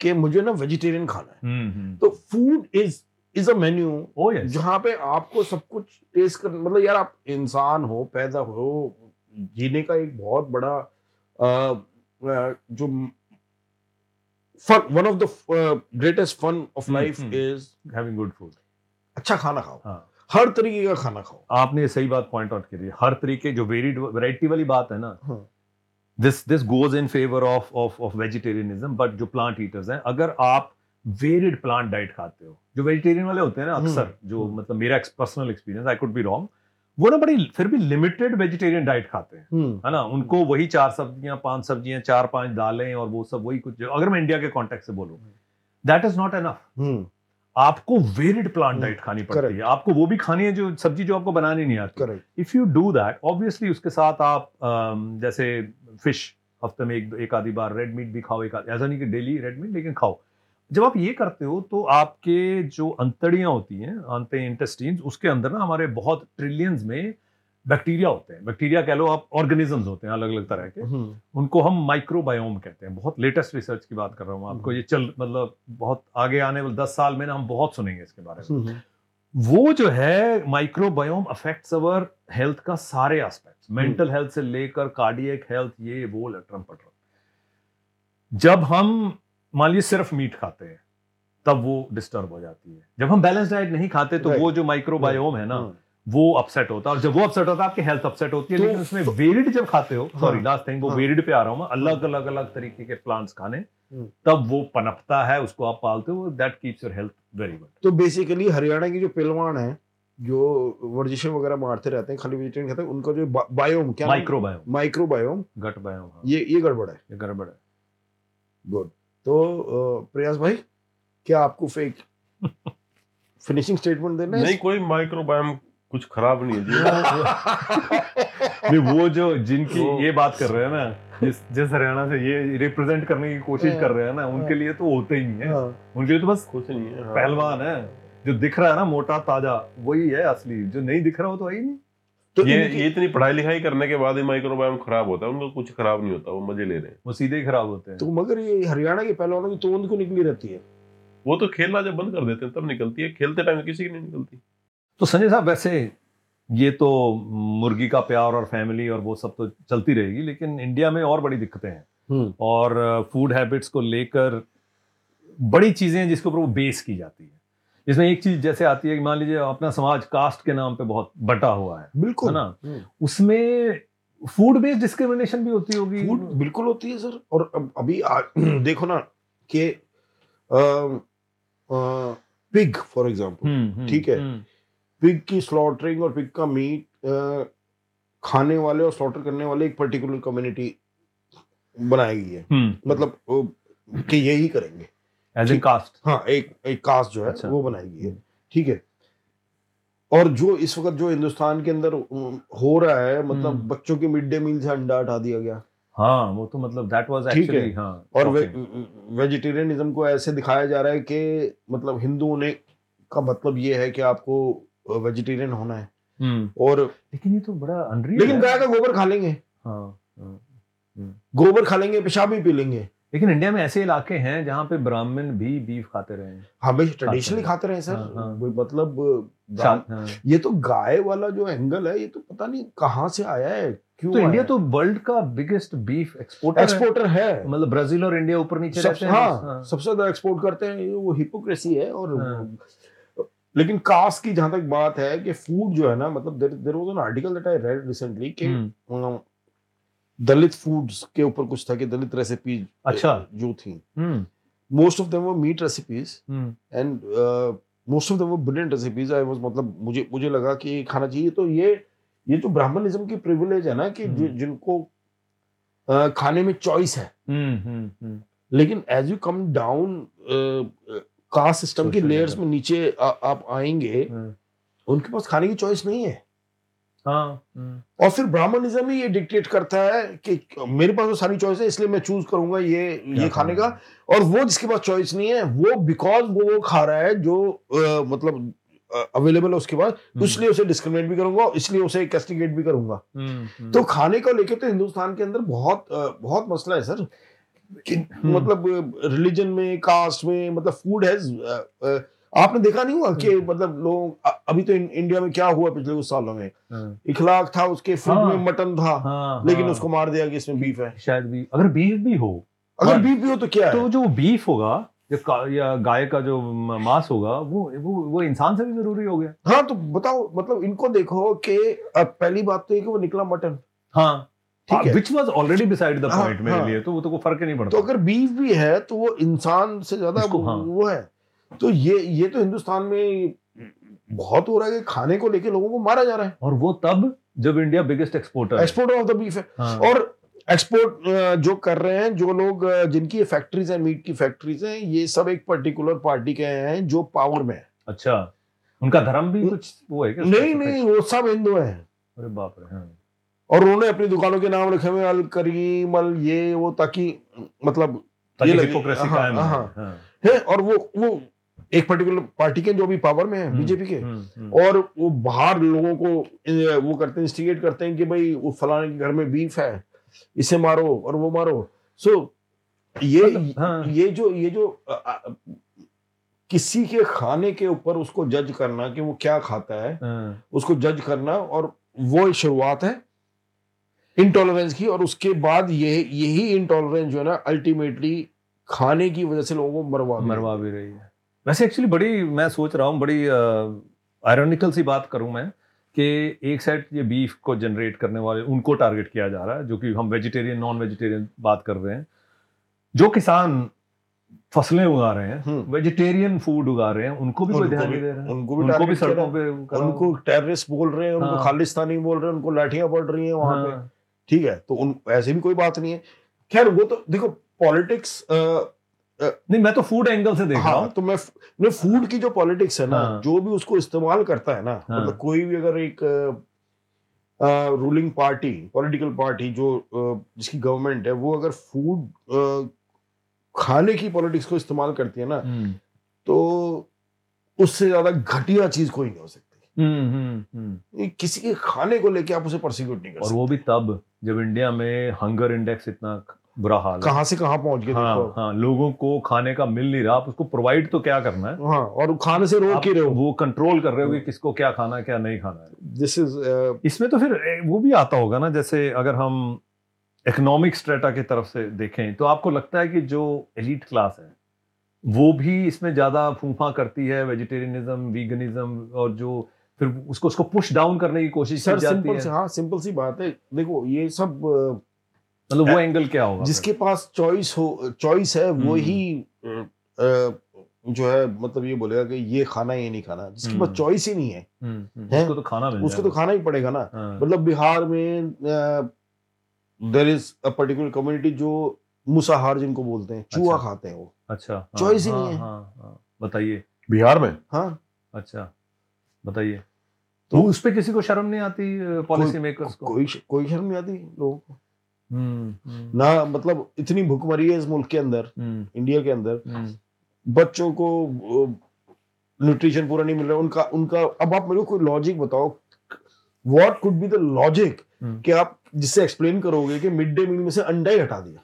S5: कि मुझे ना वेजिटेरियन खाना है तो food is is a menu
S3: oh yes
S5: जहाँ पे आपको सब कुछ टेस्ट कर मतलब यार आप इंसान हो पैदा हो जीने का एक बहुत बड़ा जो fun one of the greatest fun of
S3: hmm,
S5: life
S3: hmm.
S5: Is
S3: having good food
S5: अच्छा खाना खाओ
S3: हाँ
S5: हर तरीके का खाना खाओ
S3: आपने सही बात पॉइंट आउट करी हर तरीके जो वेरिड वैरायटी वाली बात है ना
S5: हाँ।
S3: This this goes in favour of of of vegetarianism but जो प्लांट ईटर्स हैं अगर आप वेरिड प्लांट डाइट खाते हो जो वेजिटेरियन वाले होते हैं ना
S5: हम्म।
S3: अक्सर जो मतलब मेरा personal experience I could be wrong वो ना बड़ी फिर भी लिमिटेड वेजिटेरियन डाइट खाते हैं
S5: हम्म
S3: है ना उनको वही चार सब्जियां पांच सब्जियां चार पांच दालें और वो सब वही कुछ अगर मैं इंडिया के कॉन्टेक्ट से बोलूं that is not enough
S5: hmm
S3: आपको वेरिड प्लांट
S5: हम्म,
S3: डाइट खानी पड़ती
S5: correct.
S3: है आपको वो भी खानी है जो सब्जी जो आपको बनानी नहीं आती
S5: correct
S3: if you do that obviously उसके साथ आप अम, जैसे फिश हफ्ते में एक एक आधी बार रेड मीट भी खाओ एक आध- ऐसा नहीं कि डेली रेड मीट लेकिन खाओ जब आप ये करते हो तो आपके जो अंतड़ियां होती हैं आंते इंटेस्टीन्स उसके अंदर ना हमारे बहुत ट्रिलियंस में बैक्टीरिया होते हैं बैक्टीरिया कह लो आप ऑर्गेनिजम्स होते हैं अलग अलग तरह के
S5: हम्म,
S3: उनको हम माइक्रोबायोम कहते हैं बहुत लेटेस्ट रिसर्च की बात कर रहा हूँ आपको ये चल मतलब बहुत आगे आने वाले दस साल में ना हम बहुत सुनेंगे इसके बारे में
S5: हम्म,
S3: वो जो है माइक्रोबायोम अफेक्ट्स अवर हेल्थ का सारे एस्पेक्ट्स
S5: Hmm.
S3: मेंटल हेल्थ से लेकर कार्डियक हेल्थ ये वो लटरम पटरम जब हम मान लीजिए सिर्फ मीट खाते हैं तब वो डिस्टर्ब हो जाती है जब हम बैलेंस डाइट नहीं खाते तो
S5: Right. Hmm.
S3: वो जो माइक्रोबायोम है
S5: हम्म।
S3: ना वो अपसेट होता है और जब वो अपसेट होता है आपकी हेल्थ अपसेट होती है
S5: तो-
S3: लेकिन उसमें वेरिड जब खाते हो
S5: हाँ,
S3: सॉरी लास्ट थिंग वो
S5: हाँ।
S3: वेरिड पे आ रहा हूं मैं अलग अलग अलग तरीके के प्लांट्स खाने
S5: हम्म।
S3: तब वो पनपता है उसको आप पालते हो that keeps your health very good
S5: तो बेसिकली हरियाणा की जो पहलवान है जो वर्जिशें वगैरह मारते रहते हैं खाली वेजिटेरियन खाते हैं उनका जो बा- बायोम क्या
S3: माइक्रोबायोम
S5: माइक्रोबायोम
S3: गट बायोम हाँ।
S5: ये ये गड़बड़ है
S3: ये गड़बड़ है
S5: गुड तो अ, प्रयास भाई क्या आपको (laughs) फेक फिनिशिंग स्टेटमेंट देना
S4: नहीं कोई माइक्रोबायोम कुछ खराब नहीं है जी
S3: नहीं वो जो जिनकी
S4: वो-
S3: ये बात कर रहे हैं ना जिस जिस हरियाणा से ये रिप्रेजेंट करने की कोशिश कर रहे हैं ना उनके लिए तो होते ही नहीं है
S5: हाँ,
S3: उनके लिए तो बस
S4: कुछ नहीं है हाँ।
S3: पहलवान है जो दिख रहा है ना मोटा ताजा वही है असली जो नहीं दिख रहा हो तो है ही नहीं
S5: तो
S4: ये
S5: इनकी-
S4: ये इतनी पढ़ाई लिखाई करने के बाद ही माइक्रोबायोम खराब होता है उनका कुछ खराब नहीं होता वो मजे ले रहे हैं
S3: वो सीधे ही खराब होते हैं
S5: तो मगर ये हरियाणा के पहलवानों की तोंद को निकली रहती है
S4: वो तो खेलना जब बंद कर देते हैं तब निकलती है खेलते टाइम किसी की नहीं निकलती
S3: तो संजय साहब वैसे ये तो मुर्गी का प्यार और फैमिली और वो सब तो चलती रहेगी लेकिन इंडिया में और बड़ी दिक्कतें हैं
S5: हम्म।
S3: और फूड हैबिट्स को लेकर बड़ी चीज़ें हैं जिसके ऊपर वो बेस की जाती है इसमें एक चीज़ जैसे आती है कि मान लीजिए अपना समाज कास्ट के नाम पे बहुत बटा हुआ है है
S5: बिल्कुल
S3: ना
S5: हम्म।
S3: उसमें फूड बेस्ड डिस्क्रिमिनेशन भी होती होगी
S5: फूड बिल्कुल होती है सर और अब अभी आ, (clears throat) देखो ना कि पिग फॉर एग्जांपल
S3: हम्म, हम्म,
S5: ठीक है।
S3: हम्म,
S5: पिग की स्लॉटरिंग और पिग का मीट खाने वाले और स्लॉटर करने वाले एक पर्टिकुलर कम्युनिटी बनाई गई है
S3: हम्म
S5: मतलब अ, कि यही करेंगे
S3: एज ए कास्ट
S5: हाँ एक एक कास्ट जो है
S3: अच्छा।
S5: वो बनाई गई है ठीक है और जो इस वक्त जो हिंदुस्तान के अंदर अम, हो रहा है मतलब
S3: हम्म।
S5: बच्चों के मिड डे मील से अंडा हटा दिया गया
S3: हाँ वो तो मतलब दैट वाज
S5: ठीक है।
S3: एक्चुअली हाँ
S5: और वे,
S3: shocking।
S5: वेजिटेरियनिज्म को ऐसे दिखाया जा रहा है कि मतलब हिंदू होने का मतलब ये है कि आपको वेजिटेरियन होना है
S3: हम्म,
S5: और
S3: लेकिन ये तो बड़ा अनरियल
S5: लेकिन गाय का गोबर खा लेंगे
S3: हाँ हाँ।
S5: गोबर खा लेंगे पेशाब भी पी लेंगे
S3: लेकिन इंडिया में ऐसे इलाके हैं जहाँ पे ब्राह्मण भी बीफ खाते रहे हैं
S5: हमेशा ट्रेडिशनली
S3: हैं।
S5: खाते रहे सर
S3: अच्छा। हाँ, हाँ।
S5: वो मतलब ब्राह्म-
S3: साथ- हाँ।
S5: ये तो गाय वाला जो एंगल है ये तो पता नहीं कहाँ से आया है क्यों
S3: तो इंडिया
S5: आया
S3: तो वर्ल्ड का बिगेस्ट बीफ एक्सपोर्टर
S5: है।
S3: एक्सपोर्ट
S5: एक्सपोर्टर है
S3: मतलब ब्राजील और इंडिया ऊपर नीचे रहते
S5: सबसे
S3: हैं
S5: हाँ,
S3: हाँ।
S5: सबसे ज्यादा एक्सपोर्ट करते हैं ये वो हिपोक्रेसी है और
S3: हाँ।
S5: लेकिन कास्ट की जहां तक बात है कि फूड जो है ना मतलब there there was an article that I read recently कि
S3: हम्म,
S5: अम, दलित फूड्स के ऊपर कुछ था कि दलित रेसिपीज
S3: अच्छा।
S5: जो थी
S3: हम्म,
S5: most of them were meat recipes
S3: hmm,
S5: and most of them were brilliant recipes I was मतलब मुझे मुझे लगा कि ये खाना चाहिए तो ये ये जो ब्राह्मणिज्म की प्रिविलेज है ना कि जि-
S3: हम्म।
S5: जिनको अ, खाने में चॉइस है
S3: हम्म, हम्म, हम्म।
S5: लेकिन as you come down uh, caste system के
S3: Social
S5: लेयर्स
S3: level.
S5: में नीचे आ, आप आएंगे
S3: हाँ,
S5: उनके पास खाने की चॉइस नहीं है
S3: हाँ, हम्म।
S5: और फिर ब्राह्मणिज्म ही ये डिक्टेट करता है कि मेरे पास तो सारी चॉइस है इसलिए मैं चूज करूंगा ये ये
S3: क्या
S5: खाने का और वो जिसके पास चॉइस नहीं है वो बिकॉज वो वो खा रहा है जो अ, मतलब अवेलेबल है उसके पास
S3: हम्म,
S5: इसलिए उसे डिस्क्रिमिनेट भी करूंगा इसलिए उसे कैस्टिगेट भी करूंगा
S3: हम्म, हम्म।
S5: तो खाने को लेके तो हिंदुस्तान के अंदर बहुत अ, बहुत मसला है सर कि मतलब रिलीजन में कास्ट में मतलब फूड हैज आपने देखा नहीं हुआ कि
S3: हम्म।
S5: मतलब लोग अ- अभी तो इन- इंडिया में क्या हुआ पिछले कुछ सालों में
S3: हाँ,
S5: इखलाक था उसके फूड
S3: हाँ।
S5: में मटन था
S3: हाँ,
S5: लेकिन
S3: हाँ।
S5: उसको मार दिया कि इसमें बीफ है
S3: शायद भी अगर बीफ भी हो
S5: अगर
S3: हाँ।
S5: बीफ भी हो तो क्या है
S3: तो जो बीफ होगा जो का, या गाय का जो म- मांस होगा वो वो वो इंसान से भी जरूरी हो गया
S5: हाँ तो बताओ मतलब इनको देखो कि अ, पहली बात तो ये कि वो निकला मटन ठीक
S3: हाँ
S5: है।
S3: Which was already decide the
S5: हाँ,
S3: पॉइंट मेरे
S5: हाँ।
S3: लिए तो वो तो कोई फर्क ही नहीं
S5: तो
S3: पड़ता
S5: अगर बीफ भी है तो वो इंसान से ज्यादा
S3: उसको, हाँ।
S5: वो है तो ये ये तो हिंदुस्तान में बहुत हो रहा है कि खाने को लेके लोगों को मारा जा रहा है
S3: और वो तब जब इंडिया बिगेस्ट एक्सपोर्टर है
S5: एक्सपोर्ट ऑफ द बीफ है
S3: हाँ,
S5: और एक्सपोर्ट जो कर रहे हैं जो लोग अ, जिनकी ये फैक्ट्रीज हैं मीट की फैक्ट्रीज हैं ये सब एक पर्टिकुलर पार्टी के हैं जो पावर में है
S3: अच्छा उनका धर्म भी कुछ वो है क्या
S5: नहीं नहीं वो सब हिंदू हैं
S3: अरे बाप रे हाँ।
S5: और उन्होंने अपनी दुकानों के नाम रखे हुए हैं, अल करीम अल ये वो ताकि मतलब
S3: ताकि
S5: लगे-
S3: हिपोक्रेसी
S5: हाँ,
S3: कायम रहे,
S5: हाँ।
S3: हाँ,
S5: है और वो वो एक पर्टिकुलर पार्टी के जो भी पावर में है
S3: हम्म,
S5: बीजेपी के
S3: हम्म, हम्म।
S5: और वो बाहर लोगों को ए, वो करते हैं instigate करते हैं कि भाई वो फलाने के घर में बीफ है इसे मारो और वो मारो सो ये
S3: मतलब, हाँ।
S5: ये जो ये जो अ, अ, किसी के खाने के ऊपर उसको जज करना कि वो क्या खाता है
S3: हाँ।
S5: उसको जज करना और वो शुरुआत है इनटॉलरेंस की और उसके बाद ये यही इनटॉलरेंस जो है ना अल्टीमेटली खाने की वजह से लोगों को मरवा देता है।
S3: मरवा भी रही है वैसे एक्चुअली बड़ी मैं सोच रहा हूँ बड़ी आयरॉनिकल सी बात करूँ मैं कि एक साइड ये बीफ को जनरेट करने वाले उनको टारगेट किया जा रहा है जो कि हम वेजिटेरियन नॉन वेजिटेरियन बात कर रहे हैं जो किसान फसलें उगा रहे हैं
S5: हम्म।
S3: वेजिटेरियन फूड उगा रहे हैं उनको भी कोई
S5: उनको
S3: ध्यान
S5: भी-
S3: नहीं दे रहा है
S5: उनको भी
S3: उनको भी
S5: target किया
S3: सड़कों
S5: जाता
S3: पे
S5: है।
S3: करा-
S5: उनको टेररिस्ट बोल रहे हैं उनको
S3: हाँ।
S5: खालिस्तानी बोल रहे हैं उनको लाठियां पड़ रही हैं वहां पे
S3: हाँ,
S5: ठीक है तो उन ऐसे भी कोई बात नहीं है खैर वो तो देखो पॉलिटिक्स
S3: नहीं मैं तो फूड एंगल से देख रहा
S5: हाँ
S3: हूँ
S5: तो मैं मैं फूड की जो पॉलिटिक्स है ना
S3: हाँ।
S5: जो भी उसको इस्तेमाल करता है ना
S3: हाँ।
S5: मतलब कोई भी अगर एक रूलिंग पार्टी पॉलिटिकल पार्टी जो अ, जिसकी गवर्नमेंट है वो अगर फूड खाने की पॉलिटिक्स को इस्तेमाल करती है ना
S3: हम्म,
S5: तो उससे ज्यादा घटिया चीज कोई नहीं हो सकती
S3: हम्म, हम्म, हम्म।
S5: ये किसी के खाने को लेके आप उसे परसिक्यूट नहीं कर
S3: और
S5: सकते
S3: वो भी तब जब इंडिया में हंगर इंडेक्स इतना बुरा हाल है
S5: कहाँ से कहाँ पहुंच गए
S3: हाँ,
S5: देखो
S3: हाँ लोगों को खाने का मिल नहीं रहा आप उसको प्रोवाइड तो क्या करना है
S5: हाँ और खाने से रोक
S3: आप
S5: ही रहे हो हाँ।
S3: वो कंट्रोल कर रहे हो कि किसको क्या खाना है, क्या नहीं खाना है
S5: दिस इज
S3: इसमें तो फिर ए, वो भी आता होगा ना जैसे अगर हम इकोनॉमिक स्ट्रेटा की तरफ से देखें तो आपको लगता है कि जो एलिट क्लास है वो भी इसमें ज़्यादा फूफा करती है वेजिटेरियनिज्म वीगनिज्म और जो फिर उसको उसको पुश डाउन करने की कोशिश की
S5: सर
S3: जाती
S5: सिंपल
S3: है
S5: से हाँ सिंपल सी बात है देखो ये सब अ,
S3: मतलब वो एंगल क्या होगा
S5: जिसके पास चॉइस हो चॉइस है वो
S3: हम्म।
S5: ही अ, अ, जो है मतलब ये बोलेगा कि ये खाना ये नहीं खाना जिसके पास
S3: हम्म।
S5: चॉइस ही नहीं है
S3: फिर? हम्म, हम्म,
S5: हैं?
S3: उसको तो खाना मिल हाँ,
S5: उसको तो खाना ही पड़ेगा ना
S3: खाना
S5: मतलब बिहार में uh, there is a particular community जो मुसाहार जिनको बोलते हैं चूहा
S3: अच्छा।
S5: खाते हैं वो
S3: अच्छा हाँ,
S5: choice ही
S3: हाँ,
S5: नहीं है।
S3: हाँ, हाँ, बताइए
S4: बिहार में
S5: हाँ
S3: अच्छा बताइए तो उस पे किसी को शर्म नहीं आती पॉलिसी मेकर्स को
S5: कोई कोई शर्म नहीं आती लोगों को
S3: हम्म, हम्म,
S5: ना मतलब इतनी भुखमरी है इस मुल्क के अंदर
S3: हम्म,
S5: इंडिया के अंदर
S3: हम्म,
S5: बच्चों को न्यूट्रिशन पूरा नहीं मिल रहा उनका उनका अब आप मेरे को कोई लॉजिक बताओ what could be the logic
S3: हम्म।
S5: कि आप जिससे एक्सप्लेन करोगे कि मिड डे मील में से अंडा ही हटा दिया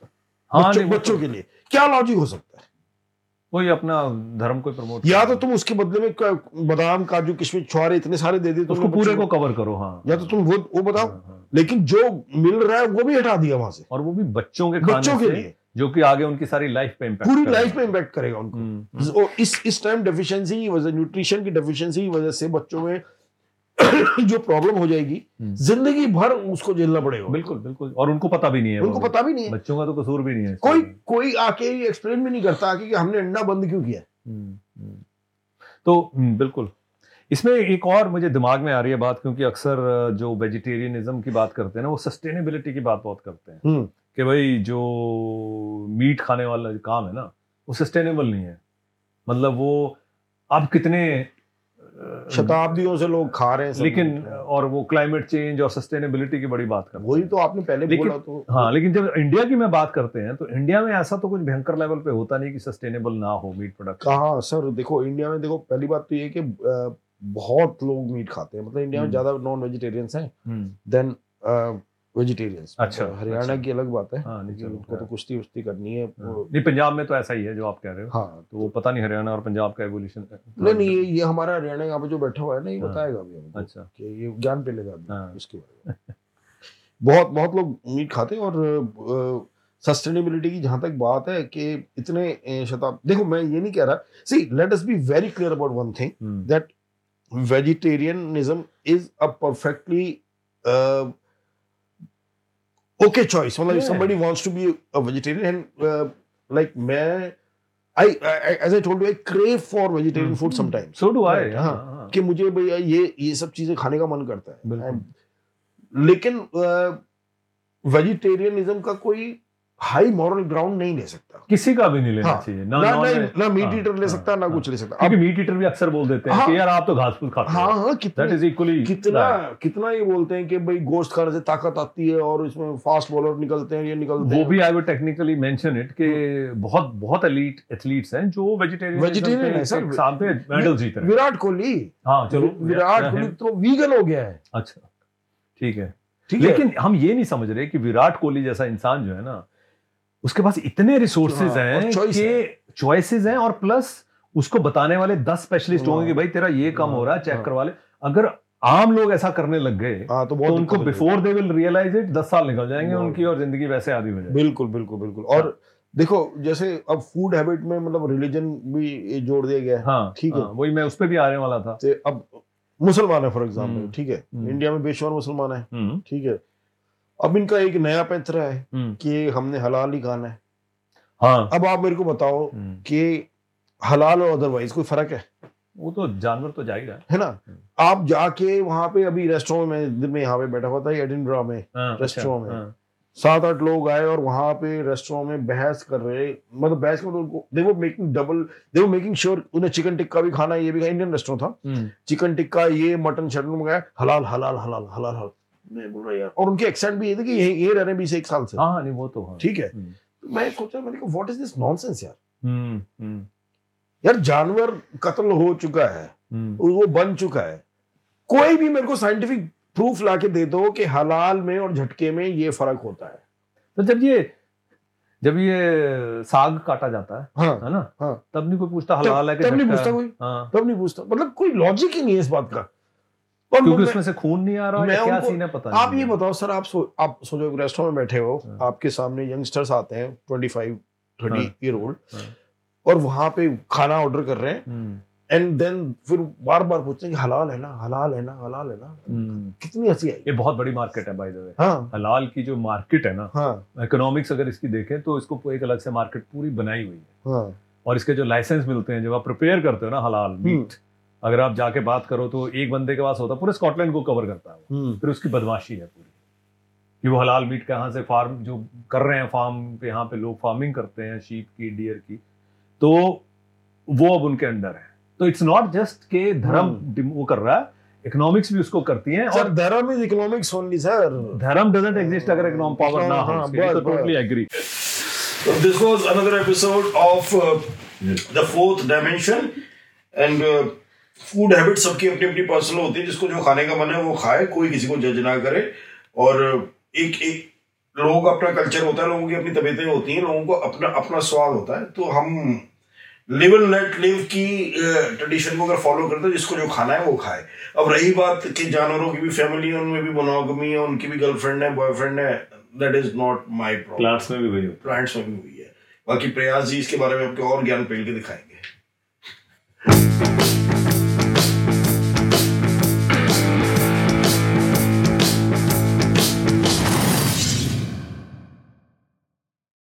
S3: हाँ
S5: बच्चों,
S3: नहीं, वो
S5: बच्चों
S3: तो-
S5: के लिए क्या लॉजिक हो सकता है
S3: वही अपना धर्म को प्रमोट
S5: या तो तुम उसके बदले में क- बादाम काजू किशमिश छुआरे इतने सारे दे दिए
S3: तो उसको
S5: तुमने
S3: पूरे को
S5: बच्चों
S3: कवर करो हाँ
S5: या तो तुम वो वो बताओ
S3: हाँ, हाँ।
S5: लेकिन जो मिल रहा है वो भी हटा दिया वहां से
S3: और वो भी बच्चों के खाने
S5: बच्चों के
S3: से,
S5: लिए
S3: जो कि आगे उनकी सारी लाइफ पे इम्पैक्ट
S5: पूरी लाइफ में इम्पैक्ट करेगा उनको
S3: इम्पैक्ट
S5: और इस इस टाइम डेफिशिएंसी की वजह न्यूट्रिशन की डेफिशिएंसी की वजह से बच्चों में (coughs) जो प्रॉब्लम हो जाएगी
S3: हम्म।
S5: जिंदगी भर उसको झेलना पड़ेगा
S3: बिल्कुल बिल्कुल और उनको पता भी नहीं है
S5: उनको
S3: वो-
S5: पता भी नहीं है
S3: बच्चों का तो कसूर भी नहीं है
S5: कोई
S3: इसमें।
S5: कोई आके ये एक्सप्लेन भी नहीं करता आके कि हमने अंडा बंद क्यों किया
S3: हम्म, हम्म। तो हम्म, बिल्कुल इसमें एक और मुझे दिमाग में आ रही है बात क्योंकि अक्सर अ, जो वेजिटेरियनिज्म की बात करते हैं ना वो सस्टेनेबिलिटी की बात बहुत करते हैं
S5: हम्म।
S3: कि भाई जो मीट खाने वाला जो काम है ना वो सस्टेनेबल नहीं है मतलब वो आप कितने अ,
S5: शताब्दियों से लोग खा रहे हैं सब।
S3: लेकिन और वो क्लाइमेट चेंज और सस्टेनेबिलिटी की बड़ी बात करते
S5: वही
S3: हैं
S5: तो आपने पहले
S3: लेकिन-
S5: बोला तो
S3: हाँ लेकिन जब इंडिया की मैं बात करते हैं तो इंडिया में ऐसा तो कुछ भयंकर लेवल पे होता नहीं कि सस्टेनेबल ना हो मीट प्रोडक्ट
S5: कहा सर देखो इंडिया में देखो पहली बात तो ये कि अ, बहुत लोग मीट खाते हैं मतलब इंडिया में
S3: हम्म।
S5: ज्यादा नॉन वेजिटेरियंस हैं देन वेजिटेरियंस
S3: अच्छा,
S5: हरियाणा
S3: अच्छा।
S5: की अलग बात है
S3: हाँ नहीं
S5: कि
S3: चलो
S5: उनको तो कुश्ती उश्ती करनी है
S3: हाँ। नहीं पंजाब में तो ऐसा ही है जो आप कह रहे हो
S5: हाँ
S3: तो वो पता नहीं हरियाणा और पंजाब का एवोल्यूशन
S5: नहीं नहीं ये ये हमारा हरियाणा यहाँ पे जो बैठा हुआ है ना ये
S3: हाँ।
S5: बताएगा अभी हमको
S3: अच्छा
S5: कि ये ज्ञान पे लेगा अभी
S3: हाँ।
S5: इसके बारे में बहुत बहुत लोग मीट खाते हैं और सस्टेनेबिलिटी की जहाँ तक बात है कि इतने अ, शताब देखो मैं ये नहीं कह रहा see let us be very clear about one thing
S3: hmm,
S5: that vegetarianism is a perfectly uh, okay choice. Well, if
S3: Yeah.
S5: somebody wants to be a vegetarian, and uh, like मैं, I, I, I- as I told you, I crave for vegetarian
S3: Hmm.
S5: food sometimes.
S3: so do I
S5: Right,
S3: हाँ,
S5: हाँ।
S3: हाँ।
S5: कि मुझे भैया ये ये सब चीजें खाने का मन करता है
S3: बिल्कुल।
S5: And- लेकिन वेजिटेरियनिज्म का कोई हाई मॉरल ग्राउंड नहीं ले सकता
S3: किसी का भी नहीं लेना
S5: हाँ।
S3: चाहिए
S5: ना ना
S3: non-veg-
S5: ना मीट
S3: हाँ,
S5: ईटर ले
S3: हाँ,
S5: सकता ना
S3: हाँ।
S5: कुछ ले सकता
S3: क्योंकि
S5: अब
S3: मीट ईटर भी अक्सर बोल देते हैं
S5: हाँ।
S3: कि यार आप तो घास फूस खाते
S5: हाँ
S3: हो
S5: हाँ कितने
S3: दैट इज इक्वली
S5: कितना कितना ये बोलते हैं कि भाई गोश्त खाने से ताकत आती है और इसमें फास्ट बॉलर निकलते हैं ये निकलते
S3: वो
S5: हैं हाँ।
S3: भी I would technically mention it कि बहुत बहुत एलीट एथलीट्स हैं जो वेजिटेरियन
S5: Vegetarian है, sir।
S3: साथ में मेडल जीत रहे हैं
S5: विराट कोहली
S3: हाँ चलो
S5: विराट कोहली तो वीगन हो गया है
S3: अच्छा ठीक है
S5: ठीक है
S3: लेकिन हम ये नहीं समझ रहे कि विराट कोहली जैसा इंसान जो है ना उसके पास इतने रिसोर्सेज
S5: हाँ, और
S3: हैं
S5: choice
S3: कि चॉइसेस हैं और प्लस उसको बताने वाले दस स्पेशलिस्ट होंगे कि
S5: हाँ,
S3: भाई तेरा ये कम हो रहा है चेक
S5: हाँ।
S3: करवा ले अगर आम लोग ऐसा करने लग गए
S5: हाँ तो बहुत
S3: तो उनको
S5: दिक्कत होती है।
S3: Before they will realise it दस साल निकल जाएंगे
S5: बहुत।
S3: उनकी और जिंदगी वैसे आधी हो जाएगी
S5: बिल्कुल बिल्कुल बिल्कुल और
S3: हाँ।
S5: देखो जैसे अब फूड हैबिट में मतलब रिलीजन भी जोड़ दिया गया है
S3: हाँ
S5: ठीक है।
S3: हाँ, वही मैं उस पर भी आने वाला था
S5: तो अब मुसलमान है फॉर एग्जाम्पल
S3: हम्म,
S5: ठीक है
S3: हम्म।
S5: इंडिया में बेशुमार मुसलमान है
S3: हम्म,
S5: ठीक है अब इनका एक नया पैंतरा है
S3: हम्म,
S5: कि हमने हलाल ही खाना है
S3: हाँ
S5: अब आप मेरे को बताओ
S3: हम्म।
S5: कि हलाल और अदरवाइज कोई फर्क है
S3: वो तो जानवर तो जा ही रहा है
S5: है ना आप जाके वहां पे अभी रेस्टोरेंट में दिन में यहाँ पे बैठा हुआ था एडिनब्रा में
S3: हाँ, अच्छा,
S5: रेस्टोरों में।
S3: हाँ,
S5: सात आठ लोग आए और वहां पे रेस्टोरेंट में बहस कर रहे मतलब बहस कर उनको they were making double they were making sure उन्हें चिकन टिक्का भी खाना है, ये भी खाना इंडियन रेस्टोरेंट था
S3: हम्म,
S5: चिकन टिक्का ये मटन शटन मंगाया हलाल हलाल हलाल हलाल हलाल मैं बोल रहा यार और उनके एक्सेंट भी ये थे कि यही यही रह रहे हैं बीस एक साल से
S3: हाँ नहीं वो तो हाँ
S5: ठीक है
S3: हम्म।
S5: मैं सोचा मैंने कहा व्हाट इज दिस नॉनसेंस यार
S3: हम्म, हम्म,
S5: यार जानवर कत्ल हो चुका है
S3: हम्म,
S5: वो बन चुका है कोई भी मेरे को साइंटिफिक प्रूफ लाके दे दो कि हलाल में और झटके में ये फर्क होता है
S3: तो जब ये जब ये साग काटा जाता है
S5: हाँ
S3: है ना
S5: हाँ।
S3: तब नहीं कोई पूछता
S5: तब-
S3: हलाल है कि
S5: तब नहीं
S3: झटका
S5: पूछता
S3: है?
S5: कोई
S3: हाँ
S5: तब नहीं पूछता मतलब कोई लॉजिक ही नहीं है इस बात का और
S3: क्योंकि
S5: मैं-
S3: उसमें से खून नहीं आ रहा
S5: मैं
S3: या क्या
S5: उनको-
S3: सीन है पता
S5: आप
S3: नहीं
S5: ये बताओ सर आप सो, आप सोचो रेस्टोरेंट में बैठे हो
S3: हाँ।
S5: आपके सामने यंगस्टर्स आते हैं ट्वेंटी फाइव थर्टी
S3: हाँ।
S5: ईयर ओल्ड
S3: हाँ।
S5: और वहां पे खाना ऑर्डर कर रहे हैं
S3: हम्म,
S5: एंड देन फिर बार बार पूछते हैं कि हलाल है ना हलाल है ना हलाल है ना
S3: हम्म।
S5: कितनी हंसी आई
S3: ये बहुत बड़ी मार्केट है बाय द वे
S5: हाँ
S3: हलाल की जो मार्केट है ना
S5: हाँ
S3: इकोनॉमिक्स अगर इसकी देखें तो इसको एक अलग से मार्केट पूरी बनाई हुई है
S5: हाँ
S3: और इसके जो लाइसेंस मिलते हैं जब आप प्रिपेयर करते हो ना हलाल
S5: हम्म।
S3: मीट अगर आप जाके बात करो तो एक बंदे के पास होता है पूरे स्कॉटलैंड को कवर करता है वो।
S5: हम्म,
S3: फिर उसकी बदमाशी है पूरी कि वो हलाल मीट कहाँ से फार्म जो कर रहे हैं फार्म पे यहाँ पे लोग फार्मिंग करते हैं शीप की डियर की तो वो अब उनके अंडर है तो इट्स नॉट जस्ट के धर्म
S5: हम्म।
S3: डिम- वो कर रहा है इकोनॉमिक्स भी उसको करती है
S5: सर
S3: और
S5: धर्म इज इकोनॉमिक्स ओनली सर
S3: धर्म डजेंट एग्जिस्ट अगर इकोनॉमिक पावर ना हो
S5: हाँ,
S3: उसके लिए, तो
S5: बस, बस।
S3: Totally agree
S1: This was another episode of uh, the fourth dimension and uh, food habits सबकी अपनी अपनी पर्सनल होती है जिसको जो खाने का मन है वो खाए कोई किसी को जज ना करे और uh, एक एक लोगों का अपना कल्चर होता है लोगों की अपनी तबीयतें होती हैं लोगों को अपना अपना स्वाद होता है तो हम लिव एंड लेट लिव की ट्रेडिशन को अगर फॉलो करते हैं जिसको जो खाना है वो खाए अब रही बात कि जानवरों की भी फैमिली है उनमें भी मोनोगमी है उनकी भी गर्लफ्रेंड है बॉयफ्रेंड है that is not my problem
S2: plants में भी वही होता
S1: प्लांट्स में भी हुई है बाकी प्रयास जी इसके बारे में आपके और ज्ञान पेल के दिखाएंगे
S2: है